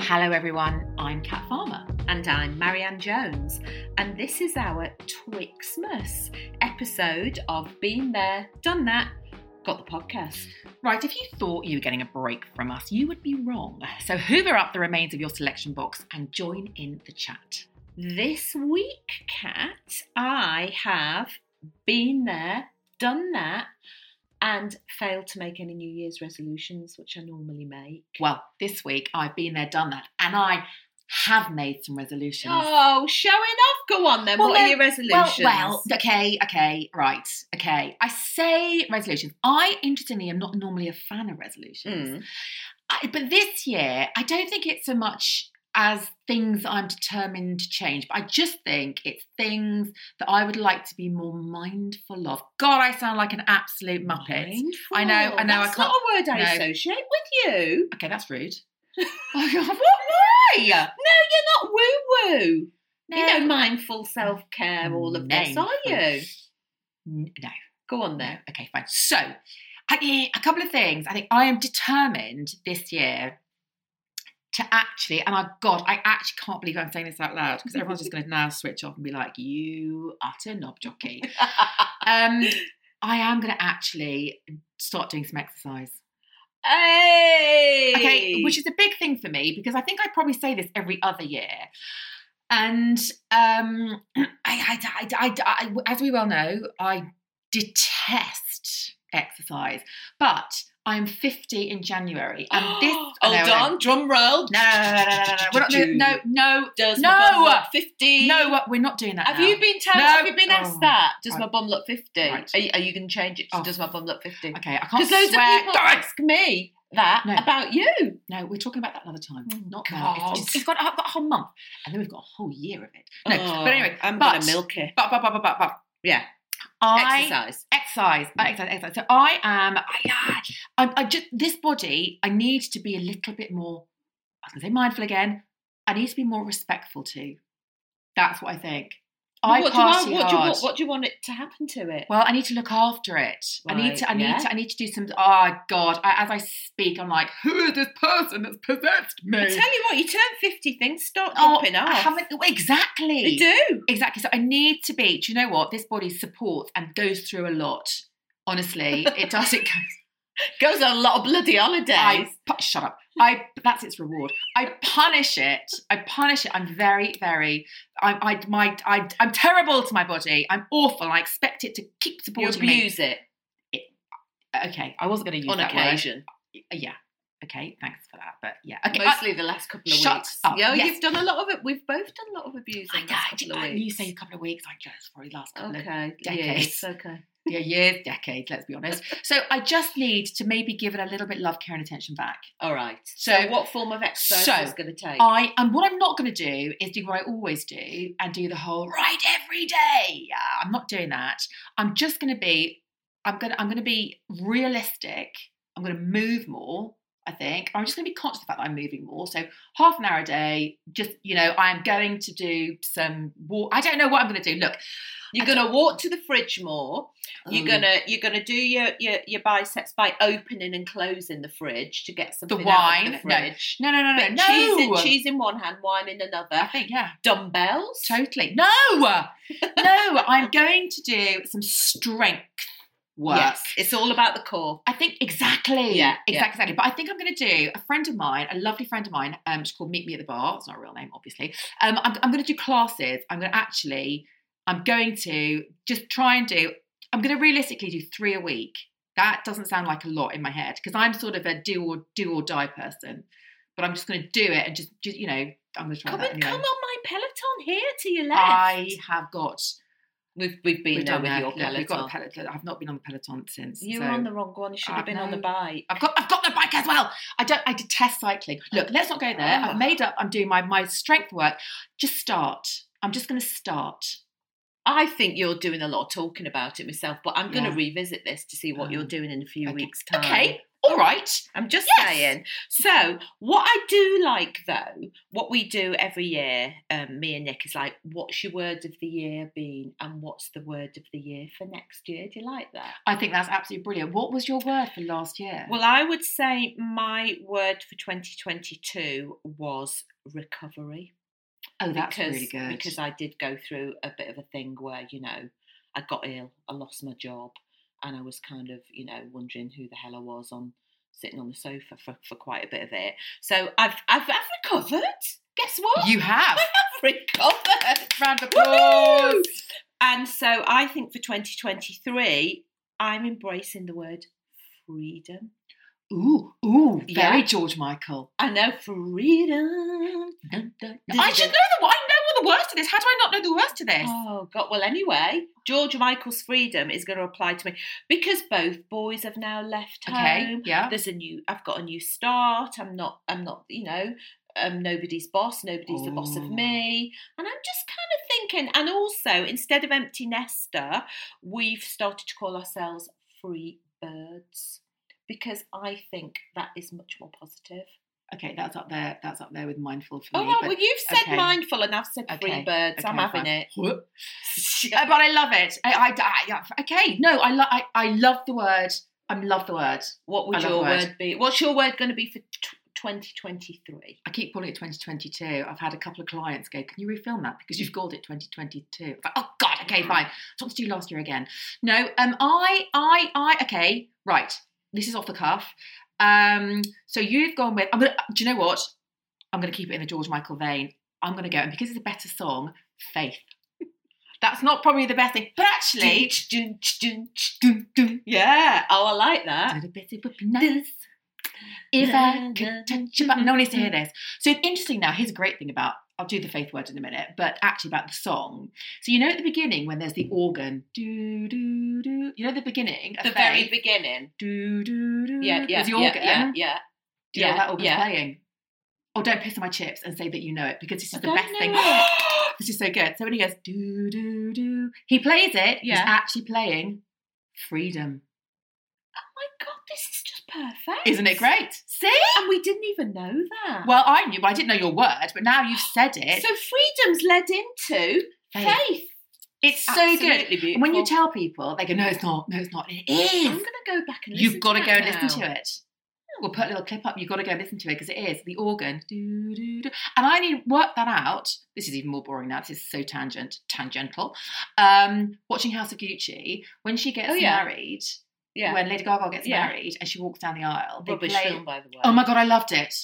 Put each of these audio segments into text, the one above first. Hello, everyone. I'm Kat Farmer. And I'm Marianne Jones, and this is our Twixmas episode of Been There, Done That, Got the Podcast. Right, if you thought you were getting a break from us, you would be wrong. So, hoover up the remains of your selection box and join in the chat. This week, Kat, I have been there, done that, and failed to make any New Year's resolutions, which I normally make. Well, this week I've been there, done that, and I have made some resolutions. Oh, showing off. Go on then. Well, what no- are your Well, resolutions? well, okay, okay, right, okay. I say resolutions. I, interestingly, am not normally a fan of resolutions. Mm. I, but this year, I don't think it's so much as things I'm determined to change, but I just think it's things that I would like to be more mindful of. God, I sound like an absolute muppet. Mindful. I know, I know, I That's not a word I no. associate with you. Okay, that's rude. Oh, God, what? Why? No, you're not woo woo. You know, mindful self care, all of this, are you? N- No. Go on No. there. Okay, fine. So, I, eh, a couple of things. I think I am determined this year to actually, and I, God, I actually can't believe I'm saying this out loud because everyone's just going to now switch off and be like, you utter knob jockey. um, I am going to actually start doing some exercise. hey! Okay, which is a big thing for me because I think I probably say this every other year. And um, I, I, I, I, I, as we well know, I detest exercise, but I'm 50 in January, and um, this. Hold I know, I know. on, drum roll. No, no, no, no, no, no, We're not- no, no, Does No. my bum look 50? no, no, we're not doing that. Have now. you been tell- No. Have you been asked Oh, that? Does right. my bum look 50? Right. Are you, are you going to change it to Oh. Does my bum look 50? Okay, I can't Because loads swear. of people Guys! ask me that No. about you. No, we're talking about that another time. Oh, Not now. It's, God. just- it's got, I've got a whole month, and then we've got a whole year of it. No, Oh, but anyway, I'm but- going to milk it. but but but but but, but Yeah. I Exercise. exercise, I exercise, exercise. So I am, I, I, I'm- I just this body. I need to be a little bit more. I was gonna say mindful again. I need to be more respectful to. That's what I think. I what, do you party want, what, do you, hard. want- what do you want it to happen to it? Well, I need to look after it. I need Right, to. I need yeah. to. I need to do some. Oh God! I, as I speak, I'm like, who is this person that's possessed I me? tell you what, you turn 50, things start Oh, popping off. I haven't exactly. They do. Exactly. So I need to be. Do you know what? This body supports and goes through a lot. Honestly, it does. It goes. Goes on a lot of bloody holidays. I pu- shut up. I that's its reward. I punish it. I punish it. I'm very, very. I'm I my I, I'm terrible to my body. I'm awful. I expect it to keep you supporting me. Uh, abuse it Okay, I wasn't going to use on that occasion. word. Uh, Yeah. Okay, thanks for that. But yeah, okay. I- Mostly the last couple of Shut weeks. up. Yeah, Yes. you've done a lot of it. We've both done a lot of abusing. I, the last couple of I- you weeks. say a couple of weeks. I just probably last couple of Okay. decades. Yes. Okay. yeah, years, decades. Let's be honest. So I just need to maybe give it a little bit of love, care, and attention back. All right. So, So- what form of exercise so, is going to take? I and what I'm not going to do is do what I always do and do the whole right every day. Yeah, I'm not doing that. I'm just going to be. I'm going. to I'm going to be realistic. I'm going to move more. I think I'm just going to be conscious of the fact that I'm moving more. So half an hour a day. Just you know, I am going to do some walk. I don't know what I'm going to do. Look, you're going to walk to the fridge more. Oh. You're gonna you're gonna do your, your your biceps by opening and closing the fridge to get something out wine? No. of the fridge. No, no, no, no, But no. cheese in cheese in one hand, wine in I another. think yeah. Dumbbells. Totally. No, no, I'm going to do some strength work. Yes, it's all about the core. I think exactly. Yeah, exactly, yeah. exactly. But I think I'm going to do a friend of mine, a lovely friend of mine. Um, she's called Meet Me at the Bar. It's not a real name, obviously. Um, I'm, I'm going to do classes. I'm going to actually, I'm going to just try and do. I'm going to realistically do three a week. That doesn't sound like a lot in my head because I'm sort of a do or do or die person. But I'm just going to do it and just, just you know, I'm going to try Come, that and, anyway. come on my Peloton here to your left. I have got. We've we've been We've there done with that. your Look, Peloton. We've got a Peloton. I've not been on the Peloton since. you were so- on the wrong one. You should I have been on the know. bike. I've got I've got the bike as well. I don't I detest cycling. Look, let's not go there. Ah. I've made up. I'm doing my my strength work. Just start. I'm just going to start. I think you're doing a lot of talking about it myself, but I'm going Yeah. to revisit this to see what you're Um, doing in a few okay. weeks' time. Okay. all right. I'm just Yes. saying. So, what I do like though, what we do every year, um, me and Nick, is like, what's your word of the year been, and what's the word of the year for next year? Do you like that? I think that's absolutely brilliant. What was your word for last year? Well, I would say my word for 2022 was recovery. oh, that's because, really good. Because I did go through a bit of a thing where, you know, I got ill, I lost my job, and I was kind of, you know, wondering who the hell I was on sitting on the sofa for, for quite a bit of it. So I've I've, I've recovered. Guess what? you have. I've recovered. Round of Woohoo! applause. And so I think for 2023, I'm embracing the word freedom. Ooh, ooh, very Yeah. George Michael. I know freedom. Dun, dun, Did dun. I you should do- know the. I know all the words to this. How do I not know the words to this? Oh God! Well, anyway, George Michael's freedom is going to apply to me because both boys have now left okay, home. yeah. There's a new. I've got a new start. I'm not. I'm not. You know. Um, nobody's boss. Nobody's the boss of Oh. me. And I'm just kind of thinking. And also, instead of empty nester, we've started to call ourselves free birds because I think that is much more positive. okay, that's up there. That's up there with mindful for Oh me. right, but- well, you've said okay. mindful, and I've said Okay, free birds. I'm okay, having fine. it. Whoop. Uh, but I love it. I, I, I- yeah, okay, no, I, lo- I, I love the word. I love the word. What I would love your the word. word. be? What's your word going to be for twenty twenty three? I keep calling it 2022. I've had a couple of clients go, "Can you refilm that because you've called it 2022?" It's like, oh God, okay, fine. So what did you do last year again? No, um, I, I, I, okay, right. This is off the cuff. Um, so you've gone with. I'm gonna. Do you know what? I'm gonna keep it in the George Michael vein. I'm gonna go, and because it's a better song, faith. That's not probably the best thing, but actually, dun, dun, Yeah. Oh, I like that. Did a bit, it would be nice if I could touch your Mm-hmm. button. No one needs to hear this. So interesting now, here's a great thing about I'll do the faith word in a minute, but actually about the song. So you know at the beginning when there's the organ, do do do you know the beginning of The faith, very beginning. do do do Yeah, yeah, there's the yeah, organ. yeah, yeah. Do you know yeah, what that organ's yeah. playing? Oh don't piss on my chips and say that you know it because this is I the don't best thing. know it. this is so good. So when he goes do do do he plays it, he's Yeah. actually playing freedom. My God, this is just perfect. Isn't it great? See? And we didn't even know that. Well, I knew, but I didn't know your word, but now you've said it. so freedom's led into faith. Faith. it's so good. Absolutely Beautiful. And when you tell people, they go, no, it's not, no, it's not. It I'm is. going to go back and listen You've got to that go and now. listen to it. We'll put a little clip up. You've got to go and listen to it because it is the organ. Do, do, do. And I need to work that out. This is even more boring now. This is so tangent, tangential. Um, watching House of Gucci, when she gets Oh, yeah. married, Yeah. when Lady Gaga gets Yeah. married and she walks down the aisle, they Rubbish play- film, by the way. Oh my God, I loved it.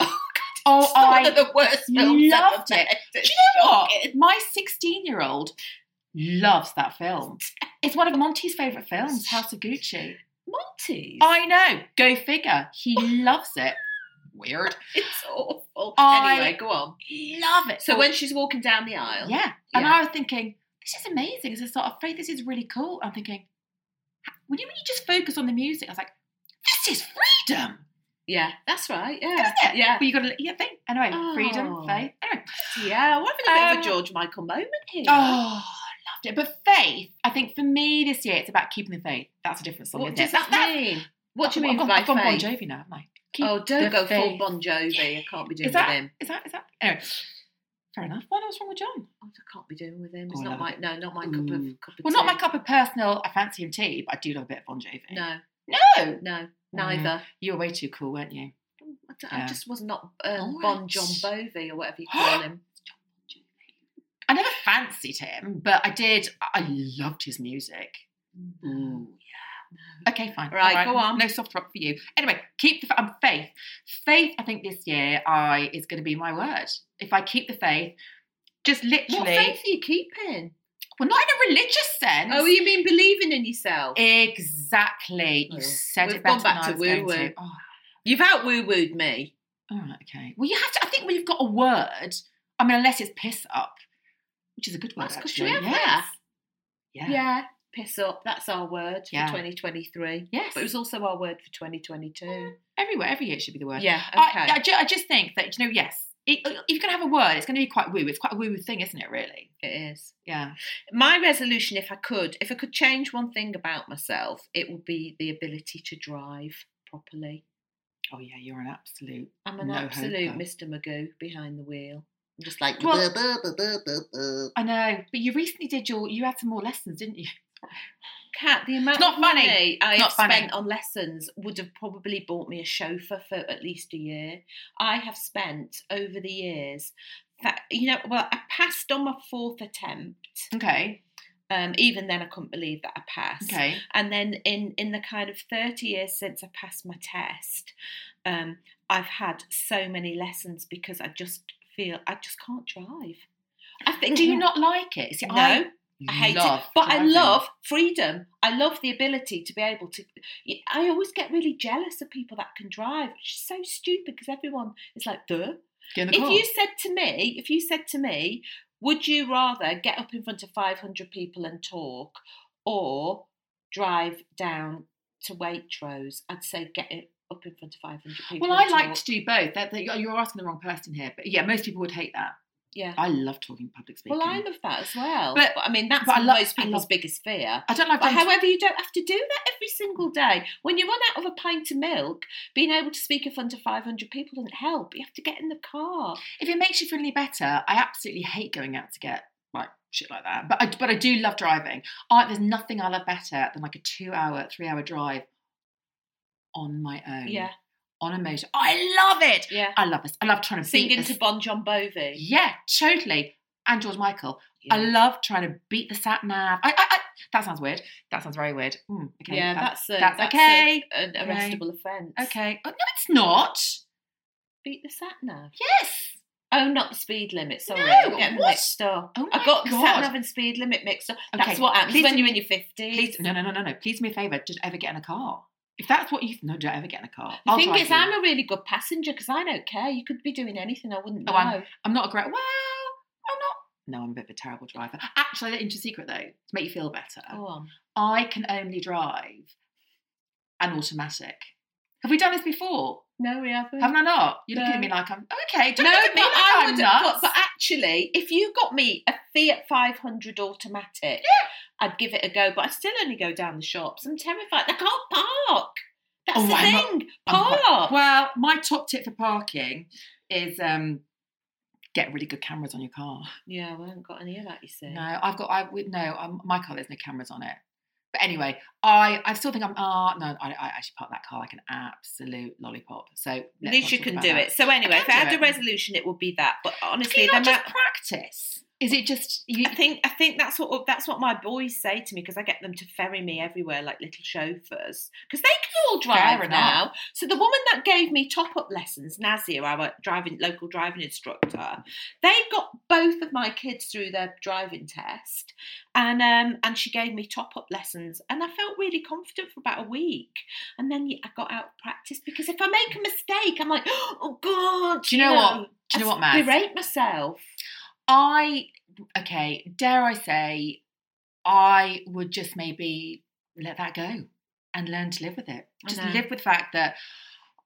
Oh, It's I one of the worst films loved ever it. made. Do you know what? Shocking. My 16 year old loves that film. It's one of Monty's favourite films, House of Gucci. Monty's. I know, go figure. He loves it. Weird. It's awful. I- Anyway, go on. Love it. So when she's walking down the aisle, Yeah. And Yeah. I was thinking, this is amazing. It's a sort of faith. This is really cool. I'm thinking, when you, when you just focus on the music, I was like, this is freedom. yeah, that's right. Yeah, Isn't it? yeah, But you got to, yeah, think. Anyway, freedom, Oh. faith. Anyway, yeah. We're having a bit Um, of a George Michael moment here. Oh, loved it. But faith, I think for me this year, it's about keeping the faith. That's a different song. what isn't does it? That- that, that- mean? What do you I've mean gone- by I've gone Bon faith? Jovi now, haven't I? Keep Oh, don't the go full faith. Bon Jovi. I can't be doing Is that- with him. Is that, is that? Anyway, fair enough. What else wrong with John? Oh, I can't be doing with him. Oh, It's I not love my no, not my cup of Ooh. cup of Well, not tea. my cup of personal, I fancy him tea, but I do love a bit of Bon Jovi. No, No! no, neither. You were way too cool, weren't you? I, don't- I Yeah. just was not All um, Bon right. John Bovi or whatever you call him. I never fancied him, but I did. I loved his music. Ooh, yeah. Okay, fine. Mm. Right, All go on. No soft rock for you. Anyway, keep the um, faith. Faith, I think this year I is going to be my word. If I keep the faith, just literally, What faith are you keeping? well, not in a religious sense. Oh, you mean believing in yourself? exactly. You Oh. said We've it better gone back than I to was going woo-woo. to. Oh, You've out woo wooed me. all right, okay. Well, you have to. I think when you've got a word, I mean, unless it's piss up, which is a good word. That's 'cause actually. you have yes. Yeah. Yeah. yeah. Piss up. That's our word for Yeah. 2023. Yes. But it was also our word for 2022. Everywhere, every year it should be the word. Yeah. I, I, ju- I just think that you know, yes, it, uh, if you're going to have a word, it's going to be quite woo. It's quite a woo woo thing, isn't it? Really? it is. Yeah. My resolution, if I could, if I could change one thing about myself, it would be the ability to drive properly. Oh yeah, you're an absolute. I'm an No absolute hoper. Mr. Magoo behind the wheel. I'm just like Well- "Buh, buh, buh, buh, buh, buh." I know, but you recently did your. You had some more lessons, didn't you? Cat, the amount not of funny. money I have not funny. spent on lessons would have probably bought me a chauffeur for at least a year. I have spent over the years, fa- you know, well, I passed on my fourth attempt. Okay. Um, even then, I couldn't believe that I passed. Okay. And then in in the kind of thirty years since I passed my test, um, I've had so many lessons because I just feel I just can't drive. I think Do you not like it? See, No. I, I hate love it. But driving. I love freedom. I love the ability to be able to. I always get really jealous of people that can drive, which is so stupid because everyone is like, duh. Get in the If car. you said to me, if you said to me, would you rather get up in front of 500 people and talk or drive down to Waitrose? I'd say get it up in front of 500 people. Well, I and like talk. to do both. That, that- you're asking the wrong person here, but yeah, most people would hate that. Yeah. I love talking public speaking. Well, I love that as well. But, But- I mean, that's but I love- most I people's love- biggest fear. I don't like. But doing- however, you don't have to do that every single day. When you run out of a pint of milk, being able to speak in front of 500 people doesn't help. You have to get in the car. if it makes you feel any better, I absolutely hate going out to get like shit like that. But I, but I do love driving. I, there's nothing I love better than like a two-hour, three-hour drive on my own. Yeah, On a motor. I love it. yeah. I love it. I love trying to beat Singing the- to Bon John Bovi. Yeah, totally. And George Michael. I Yeah. love trying to beat the sat nav. I, I, I, that sounds weird. That sounds very weird. Mm, okay, yeah, that- that's, a, that's that's okay. a- an Okay. arrestable offence. okay. Oh, no, it's not. Beat the sat nav. Yes. Oh, not the speed limit. Sorry, No, I'm getting them what? mixed up. Oh I my got the sat God. nav and speed limit mixed up. Okay, That's what happens please when do you're me- in your fifties. Please, no, no, no, no, no. Please do me a favour. Just ever get in a car. If that's what you no, don't ever get in a car. The I'll thing drive is, you. I'm a really good passenger because I don't care. You could be doing anything. I wouldn't know. Oh, I'm- I'm not a great. Well, I'm not. No, I'm a bit of a terrible driver. Actually, I let you into a secret though to make you feel better. Go on. I can only drive an automatic. Have we done this before? No, we haven't. Haven't I not? You're looking No. at me like I'm okay. Don't no, look at me but like I I'm would. nuts. But, but actually, if you got me a Fiat 500 automatic, I'd give it a go. But I still only go down the shops. I'm terrified. I can't park. That's Oh, the I'm not- thing. I'm not- park. Well, my top tip for parking is um, get really good cameras on your car. yeah, well, I haven't got any of that. You see. No, I've got. I would no. Um, my car. There's no cameras on it. But anyway, I I still think I'm. Ah, no. I, I actually parked that car like an absolute lollipop. So let's At least not you talk can about do that. it. So anyway, I if I can do had it. a resolution, it would be that. But Can honestly, you the not amount, just practice? Is it just you? I think I think that's what that's what my boys say to me because I get them to ferry me everywhere like little chauffeurs because they can all drive Fair enough. now. So the woman that gave me top up lessons, Nazia, our driving local driving instructor, they got both of my kids through their driving test, and um and she gave me top up lessons, and I felt really confident for about a week, and then I got out of practice because if I make a mistake, I'm like, oh god, Do you know what? Do you know what, I Matt? berate myself. I okay. Dare I say, I would just maybe let that go and learn to live with it. I Just know. live with the fact that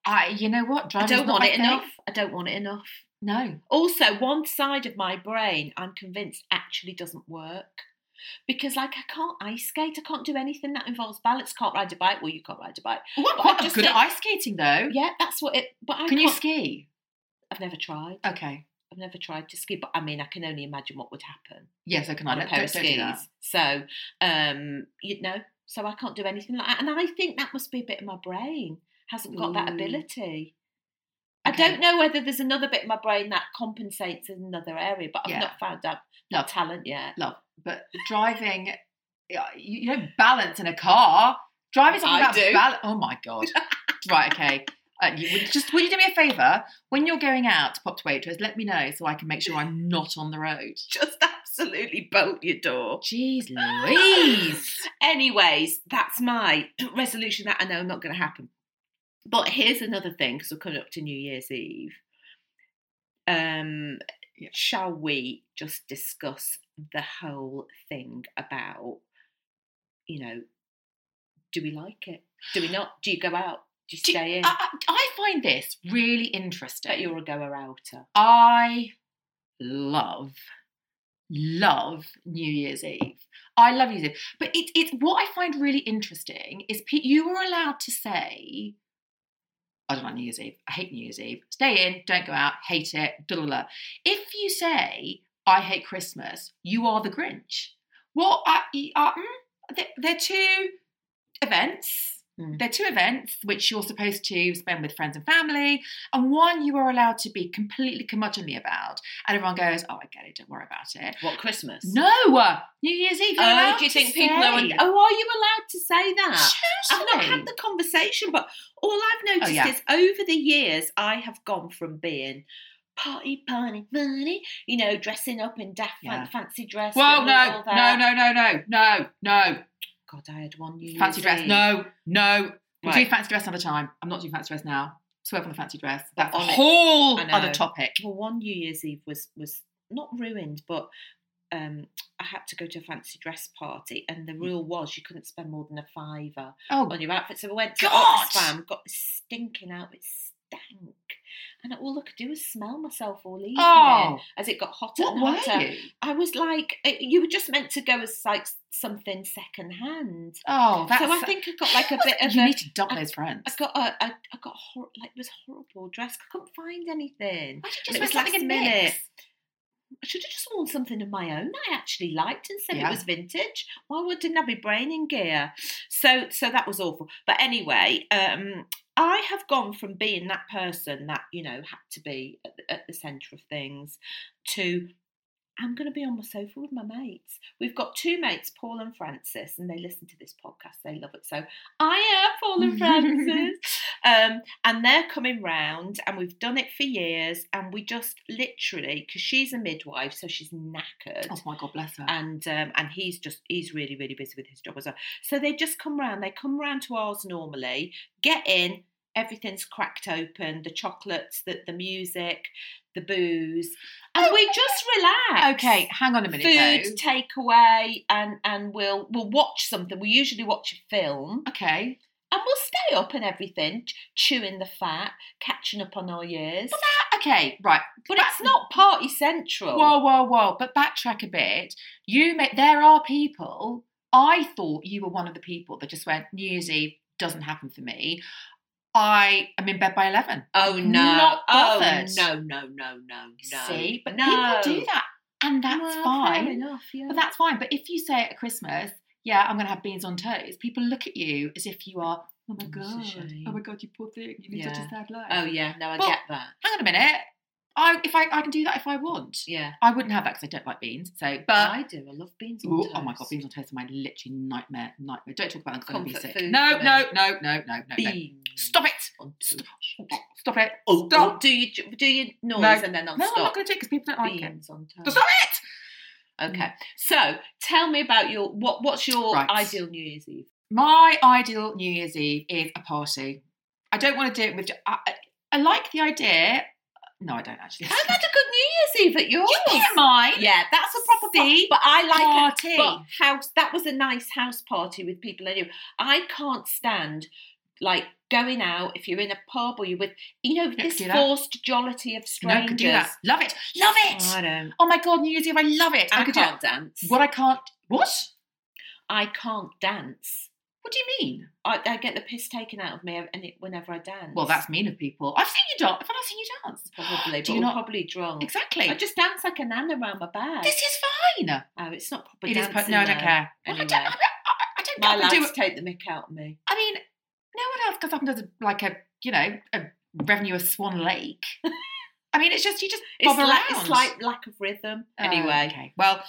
I. You know what? I Driving's don't not want my it thing. enough. I don't want it enough. No. Also, one side of my brain, I'm convinced, actually doesn't work. Because, like, I can't ice skate. I can't do anything that involves balance. Can't ride a bike. Well, you can't ride a bike. Oh, I'm But I quite just good at think- ice skating though. Yeah, that's what it. But I Can you can't- ski? I've never tried. Okay. I've never tried to ski. But I mean, I can only imagine what would happen Yes, I can. I on a don't, pair of don't do that. skis. So, um, you know, so I can't do anything like that. And I think that must be a bit of my brain hasn't got that Ooh. ability. I Mm. Okay. don't know whether there's another bit of my brain that compensates in another area, but I've Yeah. not found out No. that talent yet. Love, but driving, yeah, you, you don't balance in a car. Driving's all I about do. balance. Oh my god! right, okay. Uh, you, would- just will you do me a favour when you're going out to pop to waitress? Let me know so I can make sure I'm not on the road. just absolutely bolt your door. Jeez Louise! Anyways, that's my resolution that I know not going to happen. But here's another thing because we're coming up to New Year's Eve. Um, Yeah. Shall we just discuss the whole thing about, you know, do we like it? Do we not? Do you go out? Do you Do- stay in? I, I, I find this really Bet interesting. you're a goer outer. I love, love New Year's Eve. I love New Year's Eve. But it, it's what I find really interesting is pe- you were allowed to say, I don't like New Year's Eve. I hate New Year's Eve. Stay in, don't go out, hate it, da da da. If you say, I hate Christmas, you are the Grinch. What are, are mm, they- they're two events. Mm. They're two events which you're supposed to spend with friends and family, and one you are allowed to be completely curmudgeonly about. And everyone goes, "Oh, I get it. Don't worry about it." What Christmas? No, uh, New Year's Eve. you're Oh, allowed do you to think people say. are? Oh, are you allowed to say that? I've not Seriously. had the conversation, but all I've noticed Oh, yeah. is over the years I have gone from being party, party, party, you know, dressing up in daft fan- Yeah. fancy dress. Well, and no, all no, that. no, no, no, no, no. God, I had one New Fancy Year's dress. Eve. No, no. We'll Right. do fancy dress another time. I'm not doing fancy dress now. Swerve on the fancy dress. That's a On it. whole I know. other topic. Well, one New Year's Eve was was not ruined, but um, I had to go to a fancy dress party, and Mm. the rule was you couldn't spend more than a fiver Oh, on your outfit. So I went to God! Oxfam, got this stinking outfit, stank, and all I could do was smell myself all evening oh. as it got hotter What and were hotter. you? I was like, uh, you were just meant to go as like something second hand. Oh, that's. so I think I got like a What's- bit of You a. need to dump I- those friends. I got a, I, I got a hor- like it was a horrible dress. I couldn't find anything. Why don't and you it was just wear something last in minute. mix? I should have just worn something of my own that I actually liked and said Yeah. it was vintage. Why would didn't I be braining gear? So so that was awful. But anyway, um, I have gone from being that person that you know had to be at the, at the centre of things to I'm going to be on my sofa with my mates. We've got two mates, Paul and Francis, and they listen to this podcast. They love it. So I am Paul and Francis. um, and they're coming round, and we've done it for years. And we just literally, because she's a midwife, so she's knackered Oh my God, bless her. and um, and he's just he's really really busy with his job as well. So they just come round. They come round to ours normally. Get in. Everything's cracked open. The chocolates, the the music, the booze, and Oh, we just relax. okay, hang on a minute Food though. takeaway, and and we'll we'll watch something. We usually watch a film, Okay. and we'll stay up and everything, chewing the fat, catching up on our years. But, Okay, right. it's not party central. Whoa, whoa, whoa. But backtrack a bit. You may, there are people, I thought you were one of the people that just went, New Year's Eve doesn't happen for me. I am in bed by 11. Oh no! Not oh bothered. no! No! No! No! No! See? But no. people do that. And that's Well, fine. Fair enough. Yeah. But that's fine. But if you say at Christmas, yeah, I'm going to have beans on toast, people look at you as if you are, oh my Oh, God, it's a shame. oh my God, you poor thing, you lead such Yeah. a sad life. oh yeah. No, I But- get that. Hang on a minute. I, if I, I can do that if I want. Yeah. I wouldn't have that because I don't like beans. So, but I do. I love beans. On Ooh, toast. oh my god, beans on toast are my literally nightmare. Nightmare. Don't talk about them 'cause I'm going to be Comfort sick. food No, for no, no, no, no, no, no. Beans. Stop it! On toast. Stop it! Oh, Stop. oh, do you do your noise and then I'll No, I'm not stop. going to do it Mm. because people don't like beans on it. toast. Stop it! Okay. So tell me about your what? What's your Right. ideal New Year's Eve? My ideal New Year's Eve is a party. I don't want to do it with. I, I- I like the idea. uh, No, I don't actually. I've had a good New Year's Eve at yours. you get mine. Yeah, that's a proper See? party. But I like a party. But house that was a nice house party with people I knew. I can't stand like going out if you're in a pub or you're with you know Don't this do that. forced jollity of no, I could strangers. do that. Love it. Love I it. don't. Oh my god, New Year's Eve. I love it. I, could do can't dance. it. What I can't. What? I can't dance. What do you mean? I, I get the piss taken out of me and it, whenever I dance. Well, that's mean of people. I've seen you dance. I've not seen you dance. probably. Do you but we're not- probably drunk. Exactly. I just dance like a nan around my bag. this is fine. oh, it's not proper It is. dancing. per- No, I don't though. care. Well, I don't. I, Anyway. I- I don't My get up and lads do. take the mick out of me. I mean, no one else goes up and does a, like a you know a revenue of Swan Lake. I mean, it's just you just It's bob like, around. it's like lack of rhythm. Uh, Anyway, okay. Well,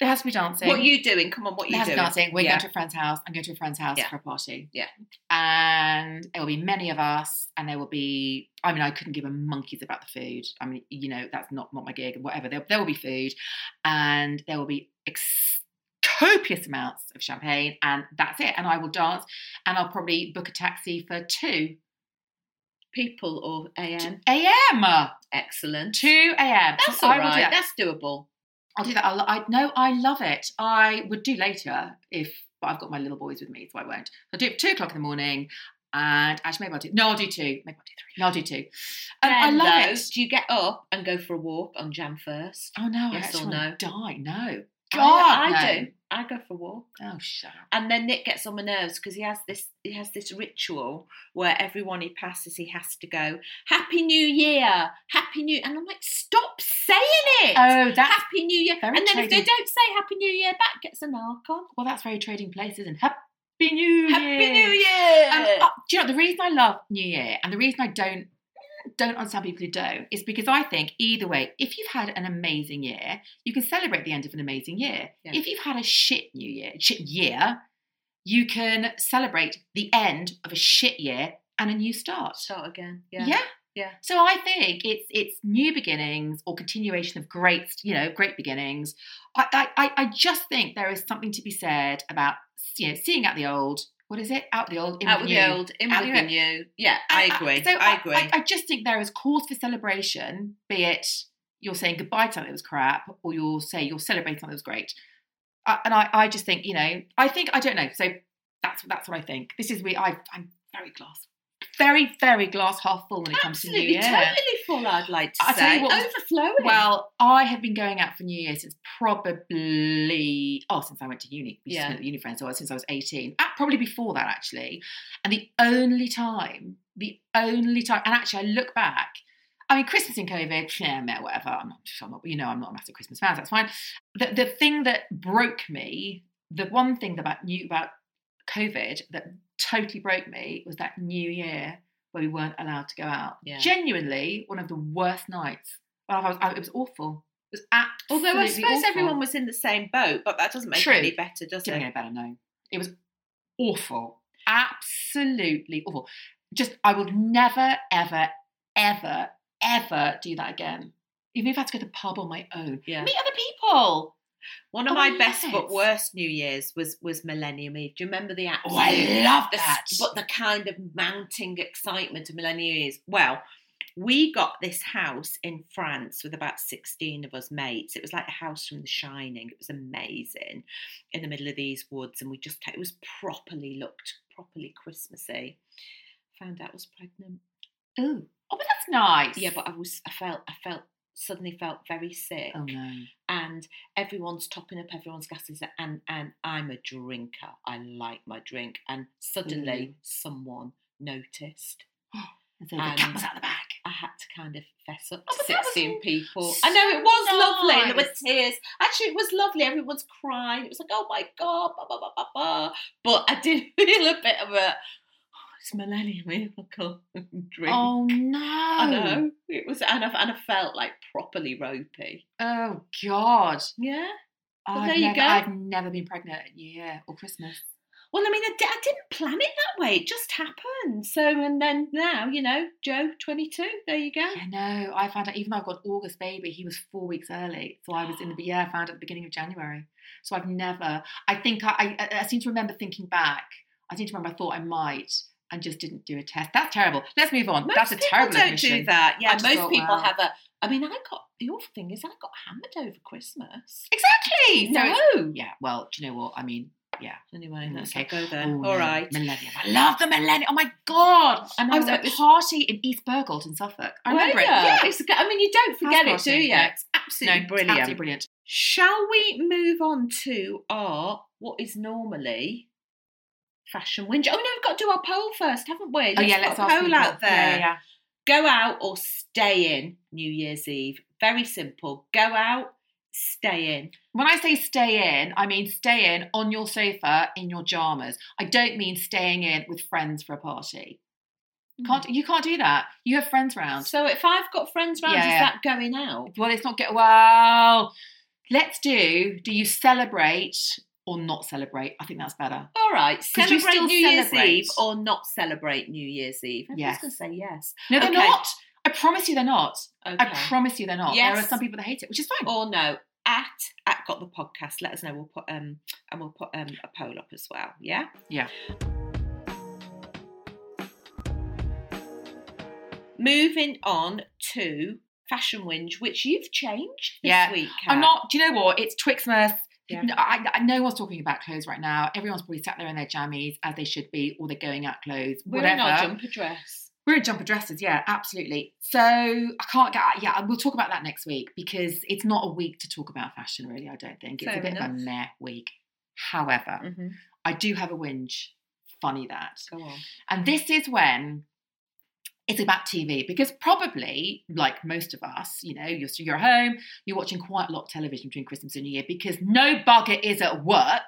there has to be dancing. what are you doing? Come on, what There are you has to doing? be dancing. We're Yeah. going to a friend's house. I'm going to a friend's house Yeah. for a party. Yeah. And it will be many of us, and there will be. I mean, I couldn't give a monkeys about the food. I mean, you know, that's not not my gig. Whatever. There, there will be food, and there will be ex- copious amounts of champagne, and that's it. And I will dance, and I'll probably book a taxi for two people or AM. a.m. Excellent. Two a.m. So That's all I will do right. that. That's doable. I'll do that. I'll, I no, I love it. I would do later if, but I've got my little boys with me, so I won't. I'll do it at two o'clock in the morning, and actually maybe I'll do. No, I'll do two. Maybe I'll do three. No, I'll do two. Um, I Then, love though, it. Do you get up and go for a walk on jam first? Oh no, Yes I or actually no? want to die. No, I- Oh God, I, no. do. I go for a walk. Oh, shut up. And then Nick gets on my nerves because he has this he has this ritual where everyone he passes he has to go Happy New Year, Happy New, and I'm like, stop saying it. Oh, that's Happy New Year. very And then if they trading. don't say Happy New Year, that gets a knock on. well, that's very trading places and happy new Happy year. New Year. Um, uh, do you know the reason I love New Year and the reason I don't don't understand people who don't is because I think either way, if you've had an amazing year, you can celebrate the end of an amazing year. Yeah. If you've had a shit New Year, shit year, you can celebrate the end of a shit year and a new start. Start again. Oh. Yeah. yeah. Yeah. So I think it's it's new beginnings or continuation of great, you know, great beginnings. I I, I- I just think there is something to be said about you know seeing out the old. What is it? Out the old. in Out with new. the old, in Out with with the it. new. Yeah, I I- agree. So I agree. I, I just think there is cause for celebration, be it you're saying goodbye to something that was crap, or you're say you're celebrating something that was great. I, and I, I just think, you know, I think I don't know. So that's that's what I think. This is we. I, I'm very glass, very very glass half full when it comes to New Absolutely, Year. totally full. I'd like to I'll say tell you what was- overflowing. Well, I have been going out for New Year since probably oh, since I went to uni. We used to Yeah. spend at uni friends, so I- since I was eighteen, Ah, probably before that actually. And the only time, the only time, and actually, I look back. I mean, Christmas in COVID, yeah, meh, whatever. I'm not, I'm not, you know, I'm not a massive Christmas fan. So that's fine. The the thing that broke me, the one thing about new about COVID that totally broke me was that New Year where we weren't allowed to go out. Yeah. Genuinely, one of the worst nights. Well, Oh, I was, I, it was awful. It was absolutely Although I suppose awful. everyone was in the same boat, but that doesn't make True. it any better, does didn't it? get any better. No, it was awful. Absolutely awful. Just I will never, ever, ever, ever do that again. Even if I had to go to the pub on my own, Yeah. meet other people. One of Oh, my I best love but it. worst New Year's was was Millennium Eve. Do you remember the Oh, I absolute love the, that. but the kind of mounting excitement of Millennium Year's. Well, we got this house in France with about 16 of us mates. It was like a house from The Shining. It was amazing in the middle of these woods, and we just, it was properly looked, properly Christmassy. Found out I was pregnant. Ooh. Oh, but that's nice. Yeah, but I was, I felt, I felt, suddenly felt very sick. oh no. and everyone's topping up everyone's glasses and and I'm a drinker. I like my drink. And suddenly Mm. someone noticed. And so the cat was out the bag. I had to kind of fess up Oh, to but that was 16 people. so I know it was lovely. and There were nice. tears. Actually, it was lovely. Everyone's crying. It was like, oh my God, blah, blah, blah, blah, blah. But I did feel a bit of a, oh, it's Millennium Miracle drink. Oh no! I know. It was, and I, and I felt like properly ropey. Oh god! Yeah. Well, I've there you never, go. I've never been pregnant at New Year or Christmas. Well, I mean, I, di- I didn't plan it that way. It just happened. So, and then now, you know, Joe, 22, there you go. Yeah, no, I found out even though I've got August baby, he was four weeks early, so I was in the yeah, I found out at the beginning of January. So I've never. I think I, I, I seem to remember thinking back. I seem to remember I thought I might and just didn't do a test. That's terrible. Let's move on. Most That's a people terrible don't admission. do that. Yeah, just most thought, people wow. have a. I mean, I got the awful thing is I got hammered over Christmas. Exactly. So it's- no. yeah. Well, do you know what I mean? Anyway, Mm, let's okay. not go there. Oh, All no, right. Millennium. I love the millennium. Oh my god! I was at a party in East Burgold in Suffolk. I remember it. Yeah. Yeah. It's, I mean, you don't forget it, do Passporting, you? yeah. It's absolutely No, brilliant. Absolutely brilliant. Shall we move on to our what is normally fashion window? Oh no, we've got to do our poll first, haven't we? Oh yeah, let's put ask a poll people. out there. Yeah, yeah, yeah. Go out or stay in New Year's Eve. Very simple. Go out, stay in. When I say stay in, I mean stay in on your sofa in your jammers. I don't mean staying in with friends for a party. Can't you can't do that. You have friends round. Mm. So if I've got friends round, Yeah, is yeah. that going out? Well, it's not get well. Let's do. Do you celebrate or not celebrate? I think that's better. All right, 'Cause you celebrate still New celebrate. Year's Eve or not celebrate New Year's Eve. I'm Yes. just gonna say yes. No, they're Okay. not. I promise you, they're not. Okay. I promise you, they're not. There Yes. are some people that hate it, which is fine. or no at at got the podcast let us know we'll put um and we'll put um a poll up as well yeah Yeah. moving on to fashion whinge which you've changed this Yeah. week Kat. I'm not. Do you know what? It's Twixmas. Yeah. No, I, I, no one's talking about clothes right now. Everyone's probably sat there in their jammies as they should be, or they're going out clothes. we're whatever. in our jumper dress We're in jumper dresses, yeah, absolutely. So I can't get. uh, Yeah, we'll talk about that next week because it's not a week to talk about fashion, really. I don't think it's Fair a bit of a enough. meh week. However, Mm-hmm. I do have a whinge. Funny that. Go on. And this is when it's about TV because probably, like most of us, you know, you're, you're at home, you're watching quite a lot of television between Christmas and New Year because no bugger is at work.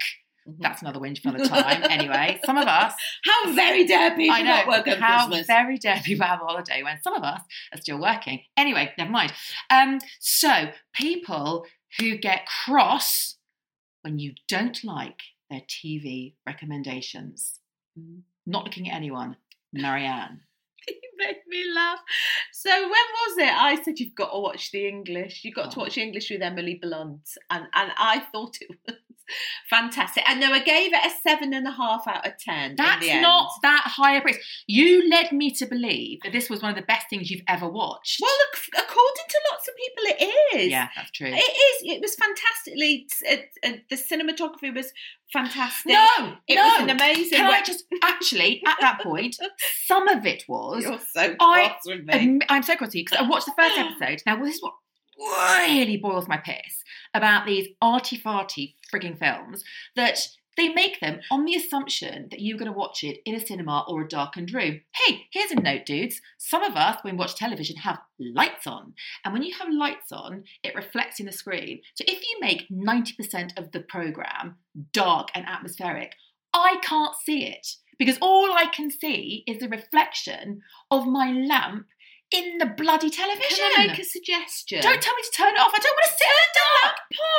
Mhm. That's another whinge for another time. anyway, some of us, How very dare people I not work know, at how Christmas? very dare people have a holiday when some of us are still working. Anyway, never mind. Um, so people who get cross when you don't like their TV recommendations. Mm. Not looking at anyone. Marianne. you made me laugh. So when was it? I said you've got to watch the English. You've got to Oh. watch English with Emily Blunt, and and I thought it was fantastic. And no, I gave it a seven and a half out of ten. in That's the end. not that high a praise. You led me to believe that this was one of the best things you've ever watched. Well, ac- according to lots of people, it is. yeah, that's true. It is. It was fantastically. It, it, uh, the cinematography was fantastic. no, it no. was an amazing. Can way- I just actually at that point, some of it was. You're so I- cross with me. admi- I'm so cross with you because I watched the first episode. Now this is what really boils my piss about these arty farty frigging films that they make them on the assumption that you're going to watch it in a cinema or a darkened room. Hey, here's a note, dudes. Some of us, when we watch television, have lights on. And when you have lights on, it reflects in the screen. So if you make 90% of the program dark and atmospheric, I can't see it because all I can see is the reflection of my lamp in the bloody television. Can I make a suggestion? Don't tell me to turn it off. I don't want to sit in the dark.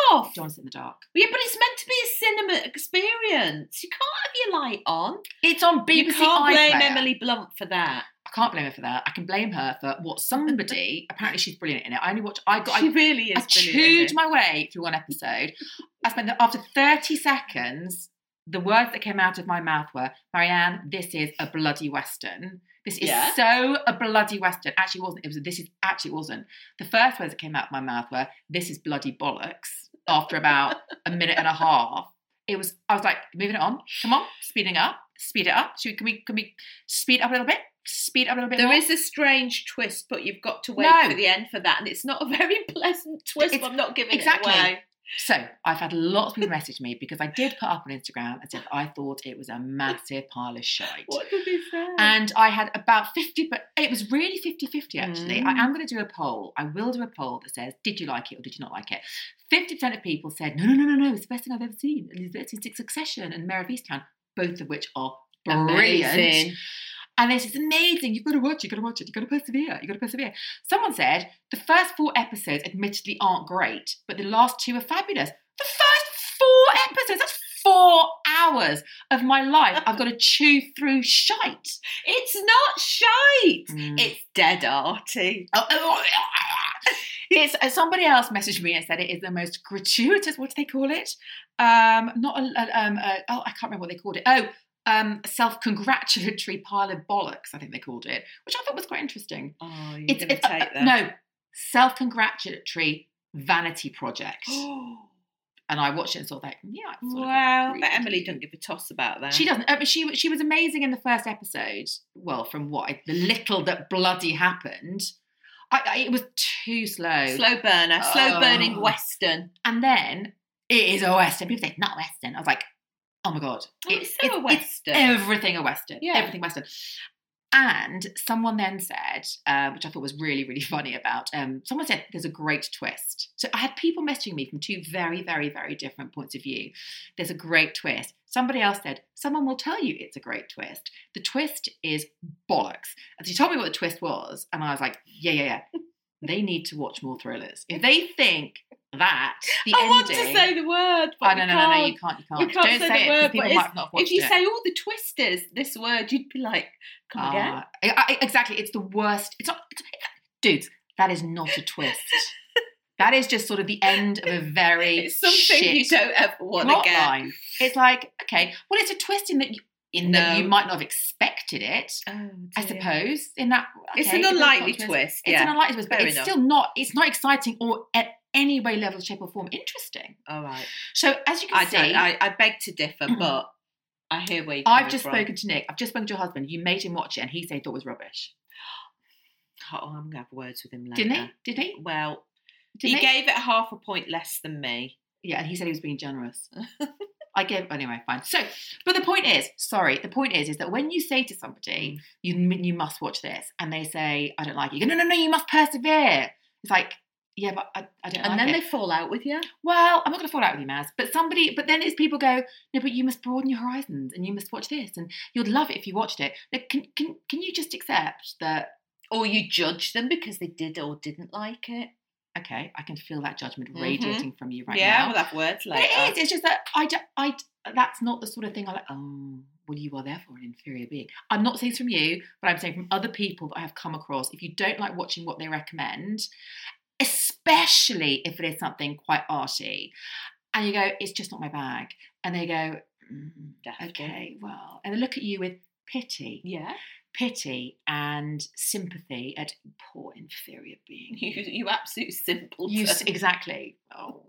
off. Do you want to sit in the dark? Yeah, but it's meant to be a cinema experience. You can't have your light on. It's on BBC you can't blame iPlayer. Emily Blunt for that. I can't blame her for that. I can blame her for what somebody. apparently, she's brilliant in it. I only watch. I got. she I, really I is. brilliant, chewed isn't my way through one episode. I spent the, after thirty seconds. The words that came out of my mouth were, "Marianne, this is a bloody western. This is Yeah. so a bloody western." Actually, it wasn't. It was. This is actually it wasn't. The first words that came out of my mouth were, "This is bloody bollocks." After about a minute and a half, it was. I was like, "Moving it on. Come on, speeding up. Speed it up. Should we, can we? Can we speed up a little bit? Speed up a little bit." There more? is a strange twist, but you've got to wait No. for the end for that, and it's not a very pleasant twist. It's- but I'm not giving exactly. it away. So I've had lots of people message me because I did put up on Instagram and said that I thought it was a massive pile of shite. What did they say? And I had about 50, but it was really 50 50 actually. I Mm. am going to do a poll. I will do a poll that says, Did you like it or did you not like it? 50% of people said, No, no, no, no, no, it's the best thing I've ever seen. And it's the best thing since Succession and Mayor of Easttown, both of which are brilliant. Amazing. And this is amazing. You've got to watch, you've got to watch it, you've got to persevere, you've got to persevere. Someone said the first four episodes admittedly aren't great, but the last two are fabulous. The first four episodes, that's four hours of my life. I've got to chew through shite. It's not shite. It- It's dead arty. oh, oh, it's uh, somebody else messaged me and said it is the most gratuitous. What do they call it? Um, not a, a- um, a- oh, I can't remember what they called it. Oh, um, self-congratulatory pile of bollocks. I think they called it, which I thought was quite interesting. Oh, you're It's, going to it's- uh, take uh, No, self congratulatory vanity project. that. and I watched it and thought, like, yeah, I sort of well, agree but with Emily you. doesn't give a toss about that. She doesn't. uh, But she she was amazing in the first episode. Well, from what I, the little that bloody happened, I, I, it was too slow. Slow burner, slow burning Oh. western. And then it is a western. People say not western. I was like, oh my god, Oh, it's so a western. everything a western. Yeah. Everything western. And someone then said, uh, which I thought was really, really funny about, um, someone said there's a great twist. So I had people messaging me from two very, very, very different points of view. There's a great twist. Somebody else said, someone will tell you it's a great twist. The twist is bollocks. And she told me what the twist was, and I was like, yeah, yeah, yeah. They need to watch more thrillers. If they think that the I ending, want to say the word, but oh, we no, no, no, no, can't. you can't, you can't. We can't Don't say, say the it word, because but people it's- might have not watched If you it. say all the twisters, this word, you'd be like, come again. Ah, I- I- exactly, it's the worst. It's not, it's, dudes. That is not a twist. that is just sort of the end of a very It's something shit you don't ever want plot again. line. It's like okay, well, it's a twist in that you, in that No. you might not have expected it. Oh, I dear. suppose in that It's okay, an it's a plot unlikely twist. twist. It's yeah. an unlikely twist, but Fair it's enough. still not. It's not exciting or at any way, level, shape, or form interesting. all right. So as you can I, see, don't, I, I beg to differ, but I hear where you're I've coming just from. spoken to Nick. I've just spoken to your husband. You made him watch it, and he said he thought it was rubbish. Oh, I'm going to have words with him later. Didn't he? Did he? Well, Did he gave it half a point less than me. Yeah, and he said he was being generous. I gave anyway, fine. So, but the point is, sorry, the point is, is that when you say to Mm. somebody, you you must watch this, and they say, I don't like it, you go, no, no, no, you must persevere. It's like, yeah, but I, I don't. And like then it. they fall out with you. well, I'm not going to fall out with you, Maz, but somebody, but then it's people go, no, but you must broaden your horizons, and you must watch this, and you'd love it if you watched it. Like, can can can you just accept that? Or you judge them because they did or didn't like it. Okay, I can feel that judgment Mhm. radiating from you right now. we'll have words But it is. It's just that I, d- I d- that's not the sort of thing I like. Oh, well, you are therefore an inferior being. I'm not saying this from you, but I'm saying from other people that I have come across. If you don't like watching what they recommend, especially if it is something quite arty, and you go, it's just not my bag, and they go, "Mm, okay, well, and they look at you with pity, Yeah. pity and sympathy at poor inferior being. You, you absolute simpleton. You s- exactly. Oh,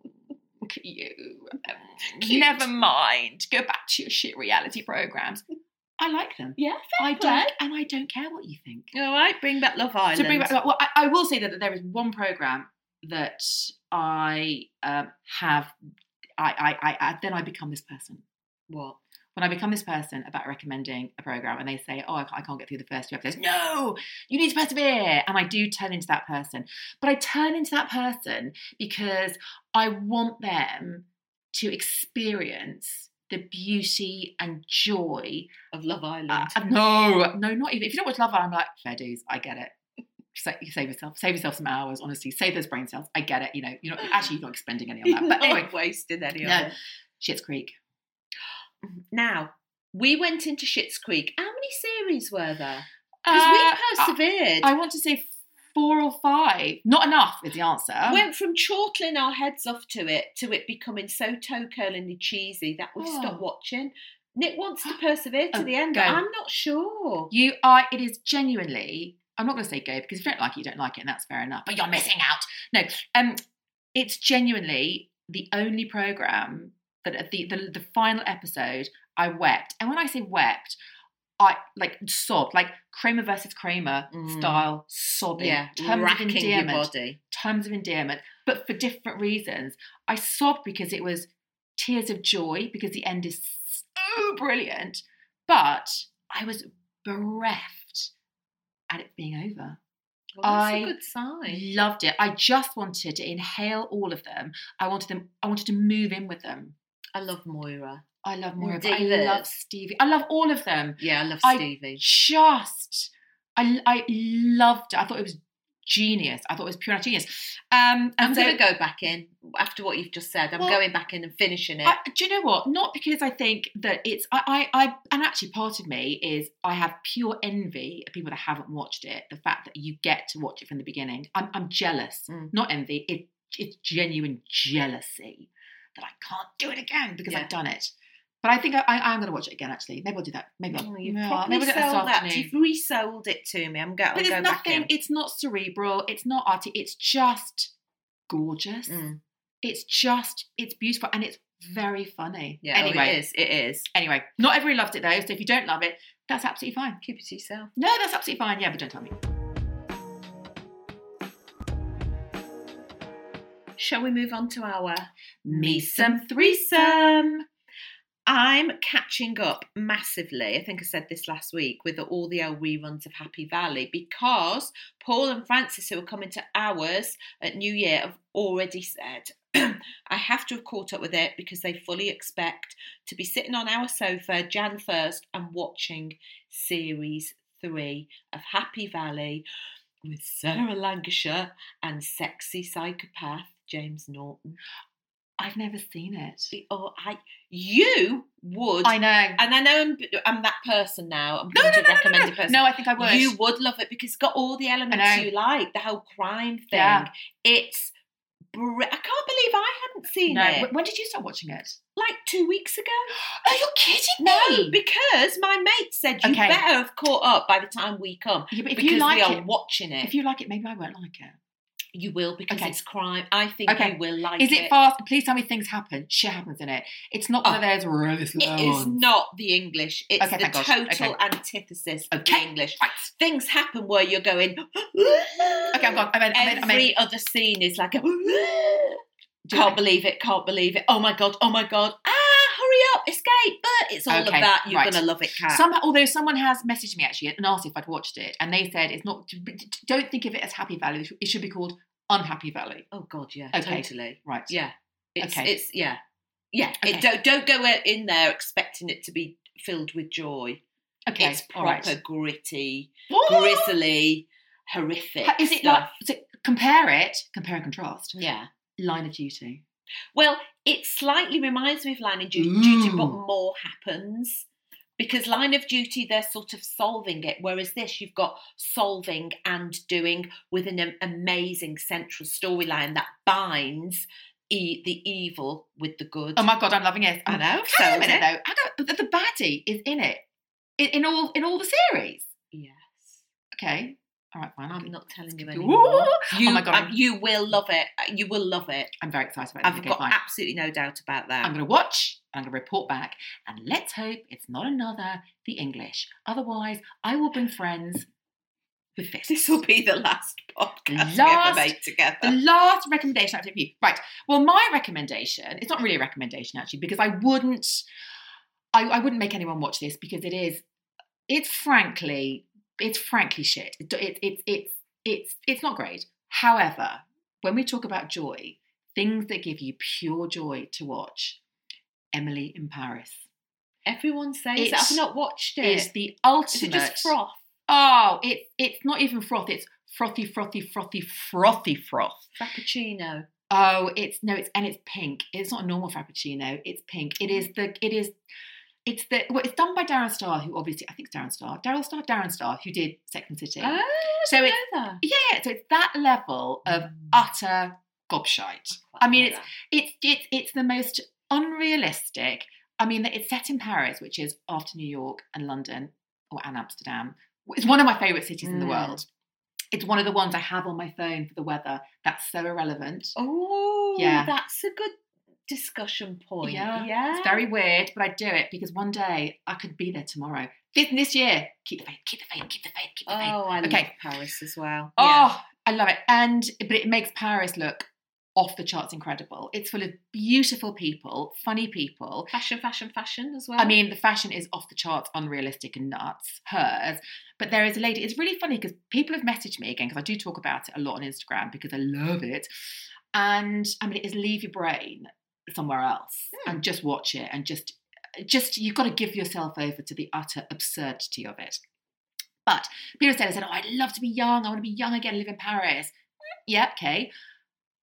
look at you. Um, Cute. Never mind. Go back to your shit reality programs. I like them. yeah, fair I play. don't, and I don't care what you think. All right, bring back Love Island. So bring back. Well, I, I will say that, that there is one program that I um, have. I, I, I, I then I become this person What? when I become this person about recommending a program and they say, oh, I can't, I can't get through the first two episodes, no, you need to persevere. And I do turn into that person. But I turn into that person because I want them to experience the beauty and joy. Of Love Island. Uh, no, no, not even. If you don't watch Love Island, I'm like, fair dues, I get it. Sa- you Save yourself, save yourself some hours. Honestly, save those brain cells. I get it. You know, you're not actually you're not expending any You're on that. But anyway, not wasting any No. of it. Shit's Creek. Now, we went into Shits Creek. How many series were there? Because we Uh, persevered. I want to say four or five. Not enough is the answer. went from chortling our heads off to it to it becoming so toe curlingly cheesy that we've Oh. stopped watching. Nick wants to persevere to Oh, the end, go. but I'm not sure. you are. It is genuinely. I'm not going to say go because if you don't like it, you don't like it, and that's fair enough. But you're missing out. No, um, it's genuinely the only program that at the the, the final episode I wept, and when I say wept. I like sobbed, like Kramer versus Kramer Mm. style sobbing, terms of racking your endearment, body. terms of endearment, but for different reasons. I sobbed because it was tears of joy because the end is so brilliant, but I was bereft at it being over. Well, that's a I good sign. I loved it. I just wanted to inhale all of them. I wanted them. I wanted to move in with them. I love Moira. I love Moira. but I David. love Stevie. I love all of them. Yeah, I love I- Stevie. Just, I, I loved it. I thought it was genius. I thought it was pure genius. Um, and I'm so- going to go back in after what you've just said. I'm Well, going back in and finishing it. I, do you know what? Not because I think that it's I, I I and actually part of me is I have pure envy of people that haven't watched it. The fact that you get to watch it from the beginning, I'm I'm jealous. Mm. Not envy. It it's genuine jealousy that I can't do it again because Yeah. I've done it. But I think I, I am going to watch it again. Actually, maybe I'll do that. Maybe I'll Oh, you've no, probably maybe I'll do that sold this that. afternoon. You've resold it to me. I'm going. But I'll go it's back nothing. in. It's not cerebral. It's not arty. It's just gorgeous. Mm. It's just it's beautiful and it's very funny. Yeah. oh, Anyway. it is. It is. Anyway, not everybody loved it though, so if you don't love it, that's absolutely fine. Keep it to yourself. No, that's absolutely fine. Yeah, but don't tell me. Shall we move on to our Me some threesome? I'm catching up massively. I think I said this last week with all the old reruns of Happy Valley because Paul and Francis, who are coming to ours at New Year, have already said. I have to have caught up with it because they fully expect to be sitting on our sofa Jan 1st and watching series three of Happy Valley with Sarah Lancashire and sexy psychopath James Norton. I've never seen it. The- Oh, I you would, I know. and I know I'm, I'm that person now. I'm No, no, going no, to no, no, recommend no, a person. no. I think I would. you would love it because it's got all the elements know. you like. The whole crime thing. Yeah. It's. Br- I can't believe I hadn't seen no. it Wh- When did you start watching it? like two weeks ago. Are you kidding No, because my mate said you Okay. better have caught up by the time we come Yeah, but if because you like we are it, watching it. if you like it, maybe I won't like it. You will because Okay. it's crime. I think Okay. you will like Is it fast? Please tell me things happen. Shit happens in it. It's not one of those really slow Oh. It is ones. not the English. It's Okay, the thank gosh. total antithesis of Okay. the English. Right. Things happen where you're going. Okay, I'm gone. I mean, I mean, Every I mean, other scene is like a do you can't know- believe it, can't believe it. Oh my god, oh my god. Ah, hurry hurry up, escape, but it's all Okay, about you're right. gonna love it, Kat. Some, although someone has messaged me actually and asked if I'd watched it, and they said it's not. Don't think of it as Happy Valley. It should- It should be called Unhappy Valley. oh god, yeah, Okay. totally. Right. Yeah. It's Okay. it's yeah. Yeah. Okay. It, don't don't go in there expecting it to be filled with joy. Okay. It's all proper right. gritty, What? grizzly, horrific. Is it like stuff. so compare it? Compare and contrast. Yeah. Line of Duty. Well, it slightly reminds me of Line of Duty, Duty, but Ooh. more happens. Because Line of Duty, they're sort of solving it, whereas this, you've got solving and doing with an am- amazing central storyline that binds e- the evil with the good. Oh my god, I'm loving it. I know, so Hang on a is minute it. though. Hang on, but the, the baddie is in it. In, in all in all the series. Yes. Okay. All right, fine. I'm I'm, not telling you Ooh. anymore. You, oh my god, um, I'm, you will love it. Uh, You will love it. I'm very excited about this. I've Okay, got fine. absolutely no doubt about that. I'm going to watch. I'm going to report back, and let's hope it's not another The English. Otherwise, I will bring friends with this. this will be the last Last- podcast we ever made together. the last recommendation I have for you. Right. Well, my recommendation, it's not really a recommendation actually, because I wouldn't I, I wouldn't make anyone watch this because it is it's frankly it's frankly shit. It, it, it, it's it's it's not great. However, when we talk about joy, things that give you pure joy to watch, Emily in Paris Everyone says it. It's- I've not watched it. is the ultimate. Is it just froth? Oh, it, it's not even froth. It's frothy, frothy, frothy, frothy froth. Frappuccino. Oh, it's no, it's and it's pink. It's not a normal frappuccino. It's pink. It is the it is it's the well, it's done by Darren Star, who obviously I think it's Darren Star, Daryl Star, Darren Star, who did Sex and the City. Oh, so it's that. yeah, yeah, so it's that level of Mm. utter gobshite. I mean, it's it's it's it's the most unrealistic. I mean, it's set in Paris, which is after New York and London or and Amsterdam. It's one of my favorite cities in the Mm. world. It's one of the ones I have on my phone for the weather. That's so irrelevant. oh, Yeah. that's a good discussion point. Yeah, yeah. It's very weird, but I do it because one day I could be there tomorrow. This, this year, keep the faith, keep the faith, keep the faith, keep Oh, the faith. I love Okay. Paris as well. Oh, Yeah. I love it. And but it makes Paris look off the charts incredible. It's full of beautiful people, funny people. fashion, fashion, fashion as well. I mean, the fashion is off the charts, unrealistic and nuts, hers. But there is a lady, it's really funny because people have messaged me again, because I do talk about it a lot on Instagram because I love it. And I mean, it is leave your brain somewhere else Hmm. and just watch it and just, just, you've got to give yourself over to the utter absurdity of it. But people said, I said, oh, I'd love to be young. I want to be young again, live in Paris. Mm, yeah, okay.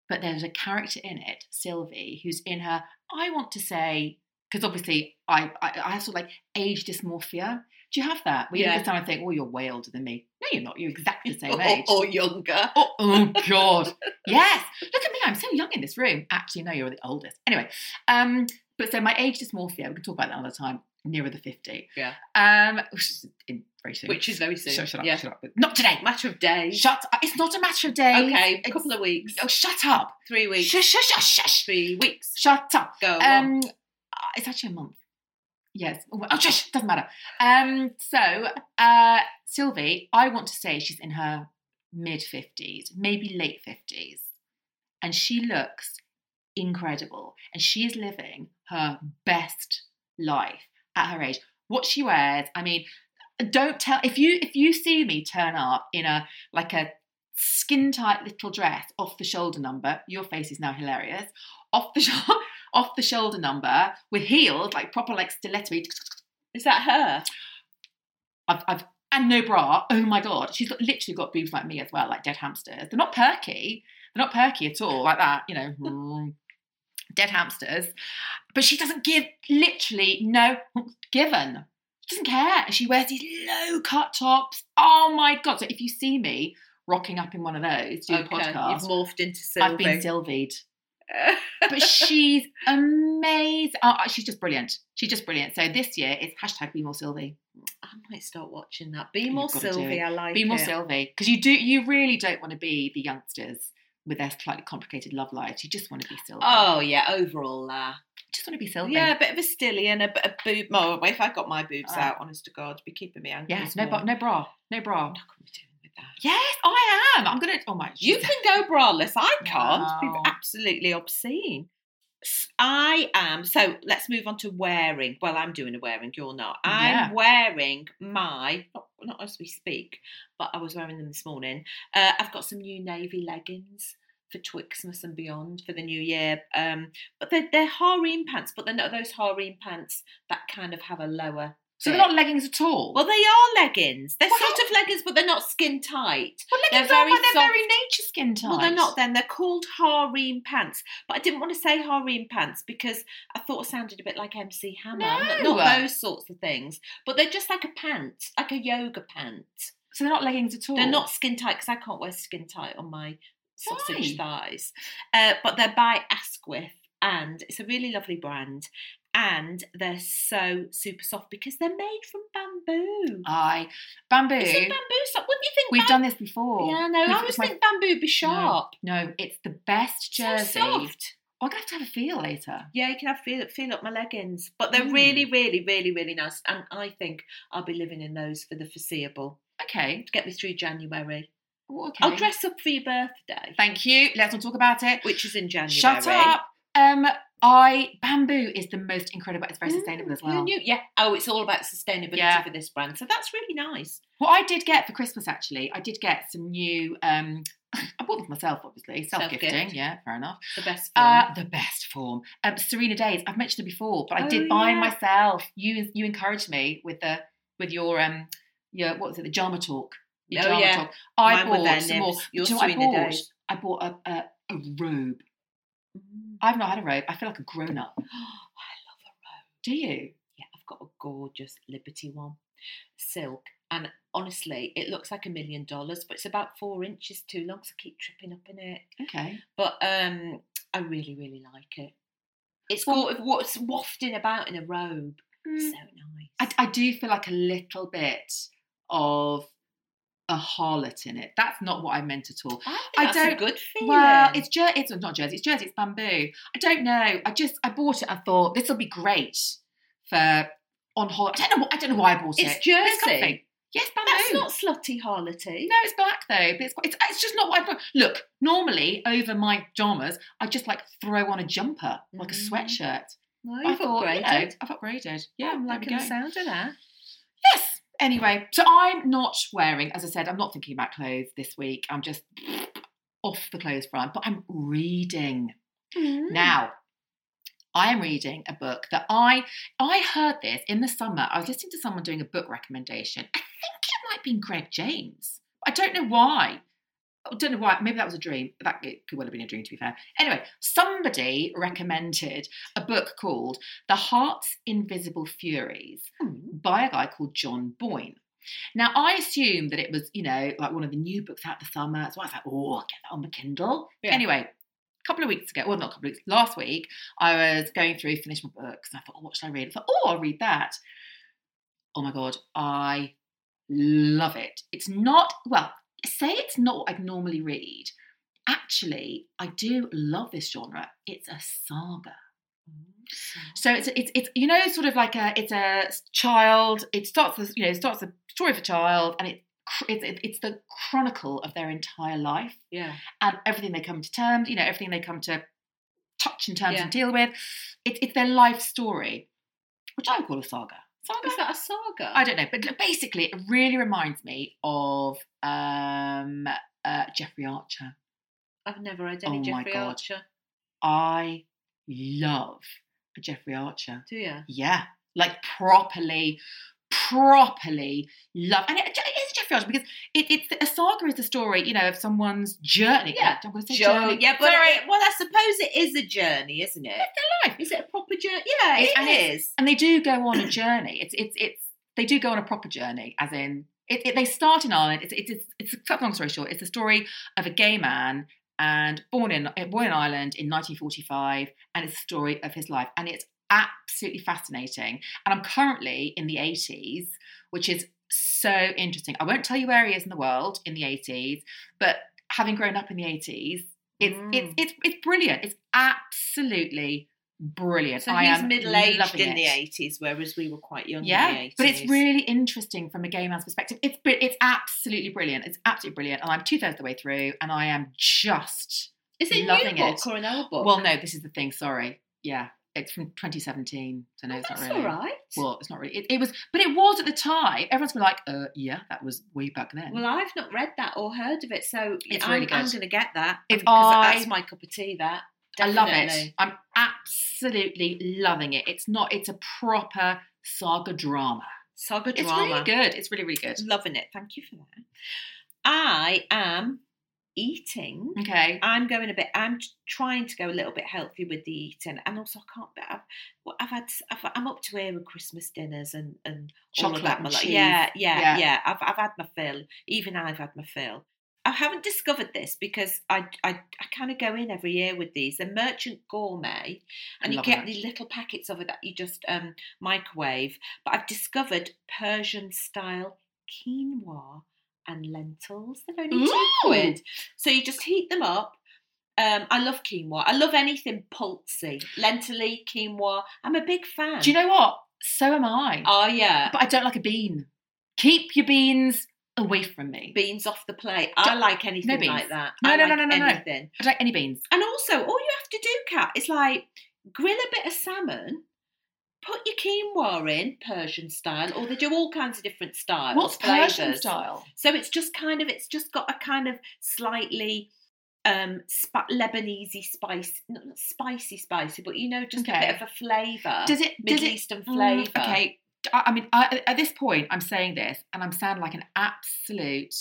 But there's a character in it, Sylvie, who's in her, I want to say, because obviously I, I I have sort of like age dysmorphia. Do you have that? Where you Yeah. look at someone and think, oh, you're way older than me. No, you're not. You're exactly the same or, age. Oh, or younger. Oh, oh, God. yes. Look at me. I'm so young in this room. Actually, no, you're the oldest. Anyway, um, but so my age dysmorphia, we can talk about that another time, nearer the 50. Yeah. Um, which is in very soon. Which is very soon. shut, shut up, yeah. shut up. Not today. Matter of days. Shut up. It's not a matter of days. Okay, a It's- couple of weeks. Oh, shut up. Three weeks. Shush, shush, shush, shush. Three weeks. Shut up. Go on. Um, uh, it's actually a month. Yes. Oh, well- oh, shush, doesn't matter. Um, so uh, Sylvie, I want to say she's in her mid fifties, maybe late fifties, and she looks incredible, and she is living her best life at her age. What she wears, I mean, don't tell if you if you see me turn up in a like a skin tight little dress off the shoulder number, your face is now hilarious. Off the shoulder off the shoulder number with heels, like proper like stiletto. Is that her? I've, I've and no bra. Oh my god, she's got literally got boobs like me as well, like dead hamsters. They're not perky. They're not perky at all, like that. You know, mm, dead hamsters. But she doesn't give literally no given. She doesn't care. She wears these low cut tops. Oh my god! So if you see me rocking up in one of those doing a podcast, You've morphed into Sylvie. I've been Sylvied but she's amazing. Oh, she's just brilliant. She's just brilliant. So this year it's hashtag Be More Sylvie. I might start watching that. Be You've more gotta do Sylvie. it. I like Be more it. Sylvie because you do. You really don't want to be the youngsters with their slightly complicated love lives. You just want to be Sylvie. Oh yeah, overall, uh, just want to be Sylvie. yeah, a bit of a stilly and a bit of boob. Oh, if I got my boobs Ah. out, honest to God, it'd be keeping me angry. Yes. No, bra, no bra. No bra. I'm not going to be doing with that. Yes, I am. I'm gonna. Oh my. You can go braless. I can't. It'd Wow. be absolutely obscene. S- I am. So let's move on to wearing. Well, I'm doing a wearing. You're not. I'm Yeah. wearing my not, not as we speak, but I was wearing them this morning. Uh, I've got some new navy leggings for Twixmas and beyond for the new year. Um, but they're they're harem pants, but they're not those harem pants that kind of have a lower. So they're bit. not leggings at all. Well, they are leggings. They're Well, sort of leggings, but they're not skin tight. Well, they're leggings are very by their soft. very nature skin tight. Well, they're not then. They're called harem pants. But I didn't want to say harem pants because I thought it sounded a bit like MC Hammer. No. Not those sorts of things. But they're just like a pant, like a yoga pant. So they're not leggings at all. They're not skin tight because I can't wear skin tight on my sausage Why? thighs. Uh, but they're by Asquith and it's a really lovely brand. And they're so super soft because they're made from bamboo. I bamboo. Isn't bamboo soft? Wouldn't you think We've bam- done this before. Yeah, no, We've- I always it's my- think bamboo would be sharp. No, it's the best jersey. So soft. Oh, I'm gonna have to have a feel later. Yeah, you can have feel feel up my leggings, but they're Mm. really, really, really, really nice, and I think I'll be living in those for the foreseeable. Okay. Get me through January. Oh, okay. I'll dress up for your birthday, Thank you. Let's not talk about it. which is in January. Shut up. Um, I bamboo is the most incredible. It's very Mm, sustainable as who well. knew? Yeah. Oh, it's all about sustainability Yeah. for this brand, so that's really nice. What I did get for Christmas, actually, I did get some new. Um, I bought them for myself, obviously, self Self-gift. gifting. Yeah, fair enough. The best. Form. Uh, the best form. Um, Serena Days. I've mentioned it before, but I Oh, did buy yeah. myself. You you encouraged me with the with your um your what was it the Jama Talk. Your Oh, Jama yeah. Talk. I Mine were bought their some nibs. more. Your Do you know what I Serena bought? Days. I bought a, a a robe. Mm. I've not had a robe. I feel like a grown up. Do you? Yeah, I've got a gorgeous Liberty one, silk, and honestly, it looks like a million dollars, but it's about four inches too long, so I keep tripping up in it. Okay. But um, I really, really like it. It's Well- Mm. got what's wafting about in a robe. So nice. I, I do feel like a little bit of a harlot in it. That's not what I meant at all. I, I think that's don't- A good feeling. Well, it's jer- it's not jersey. It's jersey. It's bamboo. I don't know. I just I bought it. I thought this will be great for on holiday. I don't know. wh- I don't know why I bought It's it. but it's jersey. comfy. Yes, bamboo. that's not slutty harlotty. No, it's black though. But it's quite, it's, it's just not what I bought. Look, normally over my pajamas, I just like throw on a jumper like a Mm. sweatship. no, I you've thought, you upgraded. Oh, know, I've upgraded. Yeah, I'm there we liking the go. sound of that. Yes. Anyway, so I'm not wearing, as I said, I'm not thinking about clothes this week. I'm just off the clothes front, but I'm reading. Mm. Hmm. Now, I am reading a book that I I heard this in the summer. I was listening to someone doing a book recommendation. I think it might have been Greg James. I don't know why. I don't know why. Maybe that was a dream. That it could well have been a dream, to be fair. Anyway, somebody recommended a book called The Heart's Invisible Furies Mm. by a guy called John Boyne. Now, I assume that it was, you know, like one of the new books out the summer. So I was like, oh, I'll get that on the Kindle. Yeah. Anyway, a couple of weeks ago, well, not a couple of weeks, last week, I was going through, finished my books, and I thought, oh, what should I read? I thought, oh, I'll read that. Oh my God, I love it. It's not, well, say it's not what I'd normally read. Actually, I do love this genre. It's a saga. So it's it's it's you know sort of like a it's a s- child. It starts as you know it starts a story of a child, and it cr- it's it, it's the chronicle of their entire life Yeah. and everything they come to terms. You know everything they come to touch and terms Yeah. and deal with. It's it's their life story, which I call a saga. Saga. Is that a saga? I don't know, but basically, it really reminds me of um, uh, Jeffrey Archer. I've never read Oh any my Jeffrey God. Archer. I love Jeffrey Archer. Do you? Yeah, like properly, properly love. And it, it is Jeffrey Archer because it, it's a saga is the story, you know, of someone's journey. Yeah. I'm going to say Journey. journey. Yeah, but Sorry. it- well, I suppose it is a journey, isn't it? their life. Is it a proper journey? Yeah, It- it and it's- is. and they do go on a journey. It's it's it's they do go on a proper journey, as in it, it, they start in Ireland. It's it's it's, it's cut long story short. It's the story of a gay man and born in eh, born in Ireland in 1945, and it's the story of his life, and it's absolutely fascinating. And I'm currently in the 80s, which is so interesting. I won't tell you where he is in the world in the 80s, but having grown up in the 80s. It's, Mm. it's it's it's brilliant. It's absolutely brilliant. So I he's am middle aged loving in the it. 80s, whereas we were quite young in the Yeah, 80s. but it's really interesting from a gay man's perspective. It's br- it's absolutely brilliant. It's absolutely brilliant, and I'm two thirds of the way through, and I am just Is it a loving new book it. or an old book? well. No, this is the thing. Sorry, yeah, it's from 2017, so no, Oh, it's not that's really. all right. Well, Well, it's not really. It, it was, but it was at the time. Everyone's been like, uh, yeah, that was way back then. I've not read that or heard of it, so It's I'm, really good. I'm going to get that. It's- 'cause I- that's my cup of tea. That I love it. Definitely. I'm absolutely loving it. It's not. It's a proper saga drama. saga It's drama. really good. It's really really good. Loving it. Thank you for that. I am eating. Okay. I'm going a bit. I'm t- trying to go a little bit healthy with the eating, and also I can't. I've, well, I've had. I've, I'm up to here with Christmas dinners and and all of Chocolate that. and malarkey. cheese. yeah, yeah, Yeah. yeah, I've I've had my fill. Even I've had my fill. I haven't discovered this because I I, I kind of go in every year with these. They're merchant gourmet, and you love get that. these little packets of it that you just um microwave. But I've discovered Persian style quinoa and lentils. They're only two Ooh. quid. So you just heat them up. Um, I love quinoa. I love anything pulsy, lentily, quinoa. I'm a big fan. Do you know what? So am I. Oh yeah, But I don't like a bean. Keep your beans away from me. beans off the plate. I like anything beans. like that. No, I no, like no, no, no, no. anything. I don't like any beans. And also, all you have to do, Kat, is like grill a bit of salmon, put your quinoa in Persian style, or they do all kinds of different styles. What's Persian flavours. style? So it's just kind of, it's just got a kind of slightly um sp- Lebanese spice, not not spicy, spicy, but you know, just Okay. a bit of a flavour. Does it? Does Uh, Middle it? Eastern Mm, flavour. okay. I, I mean, I, at this point, I'm saying this, and I'm sounding like an absolute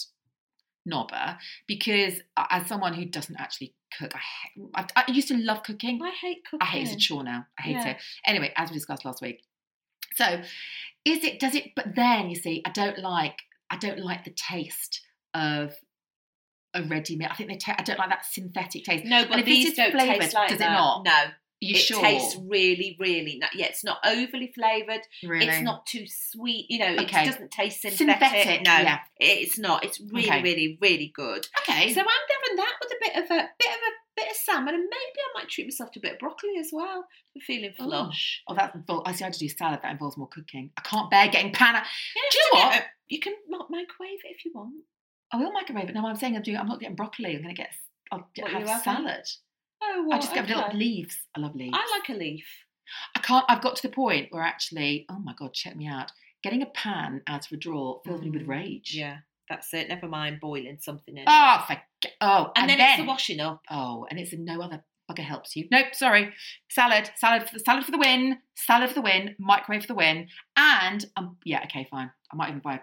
knobber because, I- as someone who doesn't actually cook, I, ha- I, I used to love cooking. I hate cooking. I hate it's a chore now. I hate Yeah. it. Anyway, as we discussed last week. So, is it? Does it? But then you see, I don't like. I don't like the taste of a ready meal. I think they. ta- I don't like that synthetic taste. No, but if this these is don't flavoured, taste like does it that. not? No, You it sure? tastes really, really. Not, yeah, it's not overly flavoured. really. It's not too sweet, you know. Okay. It doesn't taste synthetic. synthetic. No, Yeah. it's not. It's really, Okay. really, really good. Okay. So I'm having that with a bit of a bit of a bit of salmon, and maybe I might treat myself to a bit of broccoli as well. I'm feeling Ooh. flush. Oh, that invol- I see. I had to do salad. That involves more cooking. I can't bear getting panna. Yeah, Do you know to get what? a- You can mi- microwave it if you want. I will microwave it. No, I'm saying I'm doing. I'm not getting broccoli. I'm going to get. I'll What are you have having? salad. Oh, I well, just okay. get little leaves. I love leaves. I like a leaf. I can't. I've got to the point where actually, oh my god, check me out. Getting a pan out of a drawer fills me with Mm, rage. Yeah, that's it. Never mind boiling something in. Oh, forget. Oh, and, then, it's the washing up. oh, and it's a no other bugger helps you. Nope, sorry. Salad, salad, for the, salad for the win. Salad for the win. Microwave for the win. And um, yeah, okay, fine. I might even buy a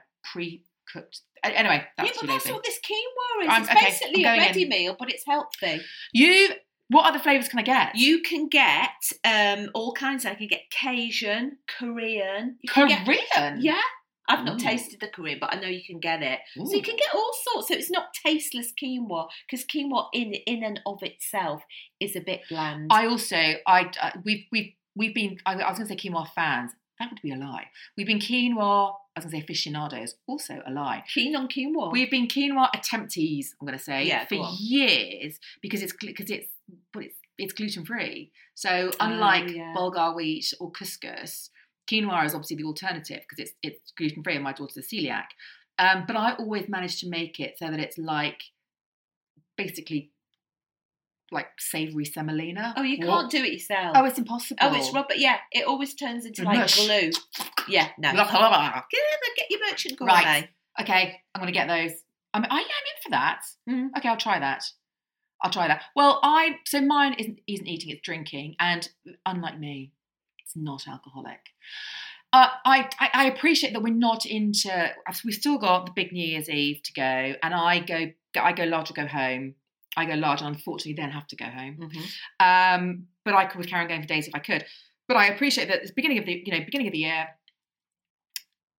pre-cooked. a- Anyway, that's yeah, too but that's lazy. what this quinoa is. I'm- it's okay, I'm basically going a in. ready meal, but it's healthy. You. What other flavors can I get? You can get um, all kinds. I can get Cajun, Korean. You can Korean. get- yeah. I've not Ooh. tasted the Korean, but I know you can get it. Ooh. So you can get all sorts. So it's not tasteless quinoa because quinoa in in and of itself is a bit bland. I also, I, I we've we've we've been. I, I was going to say quinoa fans. That would be a lie. We've been quinoa. I was going to say aficionados. Also a lie. Keen on quinoa. We've been quinoa attemptees. I'm going to say Oh. Yeah, for go on. years because it's because it's but it's it's gluten free. So Oh, unlike yeah. bulgur wheat or couscous, quinoa is obviously the alternative because it's it's gluten free and my daughter's a celiac. Um, but I always manage to make it so that it's like basically like savory semolina. oh, you What? can't do it yourself. Oh, it's impossible. Oh, it's rubber. Yeah, it always turns into like Mush. glue. Yeah, no. Blah, blah, blah. Get, get your merchant gourmet. Right. Okay, I'm going to get those. I'm, I am in for that. Mhm. Okay, I'll try that. I'll try that. Well, I so mine isn't isn't eating; it's drinking, and unlike me, it's not alcoholic. Uh, I, I I appreciate that we're not into. We've still got the big New Year's Eve to go, and I go I go large or go home. I go large, and unfortunately, then have to go home. Mhm. Um, but I could carry on going for days if I could. But I appreciate that it's beginning of the you know beginning of the year,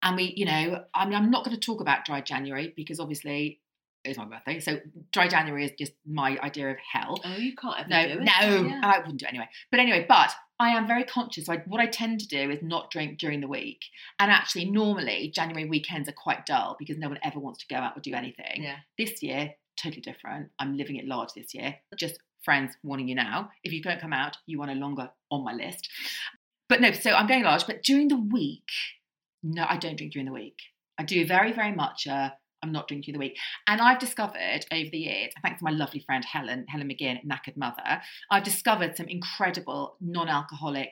and we you know I mean I'm not going to talk about dry January because obviously it's my birthday, so dry January is just my idea of hell. Oh, you can't ever No, do it. Oh, no, Yeah. and I wouldn't do it anyway. But anyway, but I am very conscious. I, what I tend to do is not drink during the week, and actually normally January weekends are quite dull because no one ever wants to go out or do anything yeah. this year totally different i'm living it large this year just friends warning you now if you don't come out you are no longer on my list but no so i'm going large but during the week no i don't drink during the week i do very very much uh, I'm not doing through the week. And I've discovered over the years, thanks to my lovely friend Helen, Helen McGinn, Knackered Mother, I've discovered some incredible non-alcoholic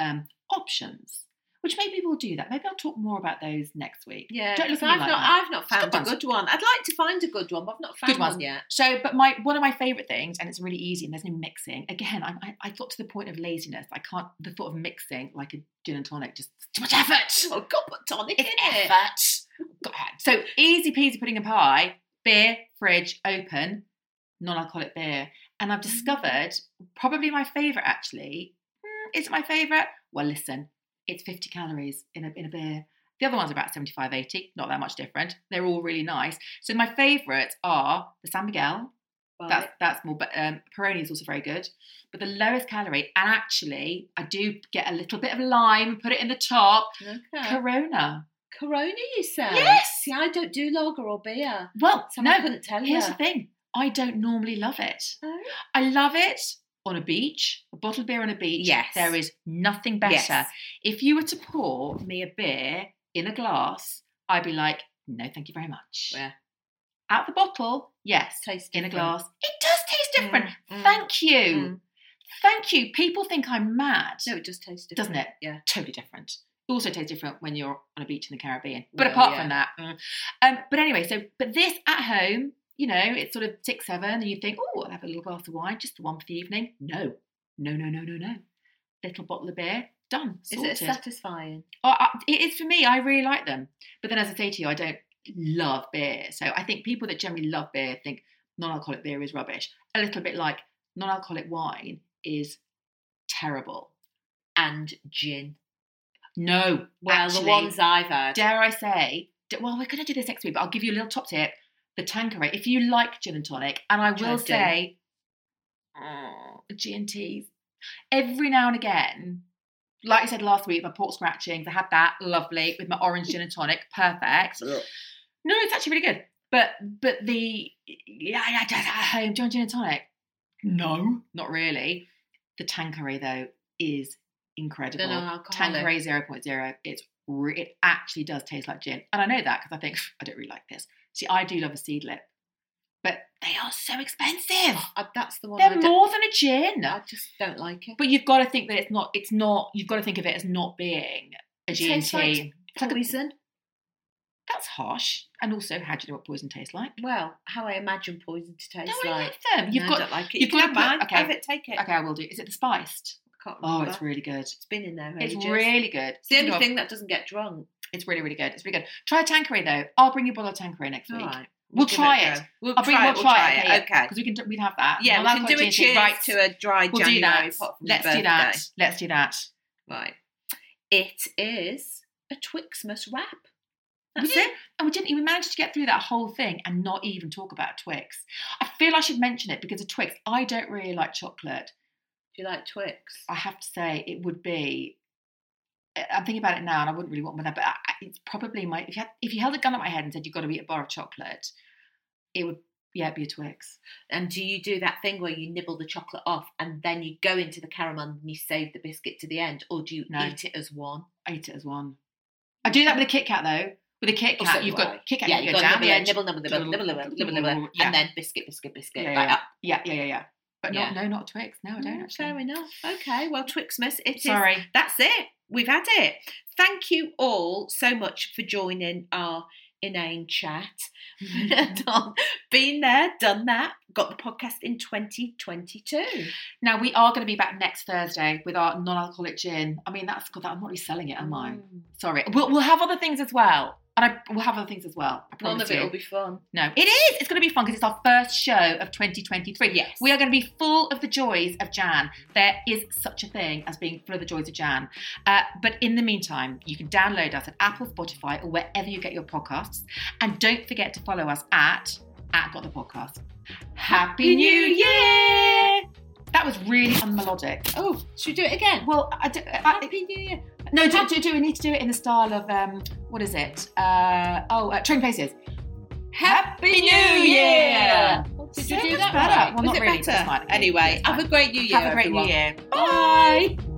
um, options. Which maybe we'll do that. Maybe I'll talk more about those next week. Yeah, Don't look because at me I've like not, that. I've not Good found a ones. good one. I'd like to find a good one, but I've not found Good ones. one yet. So, but my one of my favorite things, and it's really easy, and there's no mixing. Again, I, I, I got to the point of laziness. I can't. The thought of mixing like a gin and tonic just too much effort. Oh, God, put tonic in It's it. effort. God. So easy peasy pudding and pie, beer, fridge, open, non alcoholic beer. And I've discovered probably my favourite actually. Hmm, Is it my favourite? Well, listen, it's 50 calories in a, in a beer. The other ones are about 75, 80, not that much different. They're all really nice. So my favourites are the San Miguel, Right. that's that's more, but um, Peroni is also very good. But the lowest calorie, and actually, I do get a little bit of lime, put it in the top. okay. Corona. Corona, you say? Yes. See, I don't do lager or beer. Well, So I no, couldn't tell you. here's the thing. I don't normally love it. Oh. I love it on a beach, a bottle of beer on a beach. Yes. There is nothing better. If you were to pour me a beer in a glass, I'd be like, no, thank you very much. Yeah. Out the bottle, yes. Tastes In a different. glass, it does taste different. Mm, mm, Thank you. Mm. Thank you. People think I'm mad. No, it just tastes different. doesn't it? Yeah. totally different. It also tastes different when you're on a beach in the Caribbean. But Well, apart yeah. from that, mm. um, but anyway, so but this at home, you know, it's sort of six seven, and you think, oh, I'll have a little glass of wine, just the one for the evening. No, no, no, no, no, no. Little bottle of beer, done. Is sorted. it satisfying? Oh, I, it is for me. I really like them. But then, as I say to you, I don't love beer. So I think people that generally love beer think non-alcoholic beer is rubbish. A little bit like non-alcoholic wine is terrible. And gin. No, Well, actually, the ones I've had. dare I say, d- well, we're going to do this next week, but I'll give you a little top tip. The Tanqueray, if you like gin and tonic, and I Which I will do. say, oh, G and T's. Every now and again, like I said last week, my pork scratchings, I had that lovely with my orange gin and tonic, perfect. No, it's actually really good. But but the yeah, yeah, just at home, do you want gin and tonic? No, not really. The Tanqueray though is incredible. non-alcoholic. Tanqueray 0.0. It's re- it actually does taste like gin, and I know that because I think I don't really like this. See, I do love a seed lip, but they are so expensive. Uh, that's the one. I They're don't- more than a gin. I just don't like it. But you've got to think that it's not. It's not. You've got to think of it as not being a It G and tastes like T. Poison. That's harsh. And also, how do you know what poison tastes like? Well, how I imagine poison to taste No, I like. like them. You've No, I got. don't like it. you've You got can to have put- mine. okay. Have it. Take it. Eh, Okay, I will do. Is it the spiced? I can't Oh, remember. it's really good. It's been in there. It's ages. really good. It's the only Speaking of- thing that doesn't get drunk. It's really, really good. It's really good. Try Tanqueray though. I'll bring you a bottle of Tanqueray next All week. right. We'll give try a it. go. We'll I'll bring- try it. we'll We'll try try it, it. Okay. Because we can do- we can have that. Yeah, Well, we I'll can have my do a cheers. cheers right. to a dry we'll January. do that. apart from your Let's do that. birthday. Let's do that. Right. It is a Twixmas wrap. We That's did, it. and we didn't even manage to get through that whole thing and not even talk about Twix. I feel I should mention it because of Twix. I don't really like chocolate. Do you like Twix? I have to say it would be. I- I'm thinking about it now, and I wouldn't really want one there. But I, I- it's probably my if you had, if you held a gun at my head and said you've got to eat a bar of chocolate, it would yeah it'd be a Twix. And do you do that thing where you nibble the chocolate off and then you go into the caramel and you save the biscuit to the end, or do you No. eat it as one? I eat it as one. I do that with a Kit Kat though. With a Kit Oh, Kat, so do you've I. got Kit Kat. yeah, you you go got down nibble, the yeah, edge. nibble, nibble, nibble, Nibble, nibble, nibble, nibble, nibble, nibble, yeah. and then biscuit, biscuit, biscuit, Yeah, like yeah. that. Yeah, yeah, yeah, yeah. But Yeah. not no, not a Twix. No, I don't Mm, actually. Fair enough. Okay, well, Twixmas, it is Sorry. that's it. We've had it. Thank you all so much for joining our inane chat. Done- Been there, done that, got the podcast in 2022. Now we are going to be back next Thursday with our non-alcoholic gin. I mean, that's good. I'm not really selling it, am Mm. I? Sorry. We'll, we'll have other things as well, and I, we'll have other things as well. I None promise of it you. will be fun. no, it is. It's going to be fun because it's our first show of 2023. Yes. We are going to be full of the joys of Jan. There is such a thing as being full of the joys of Jan. Uh, but in the meantime, you can download us at Apple, Spotify, or wherever you get your podcasts. And don't forget to follow us at at Got the Podcast. Happy New Year! That was really unmelodic. Oh, should we do it again? Well, I, do, I, Happy New Year. no, do, do, do we need to do it in the style of um, what is it? Uh, oh, uh, Train Places. Happy New Year! Did So you do much that better. right? Well, Was not it really, better? it's fine. Anyway, It's have a fine. great New Year. Have a great everyone. New Year. Bye.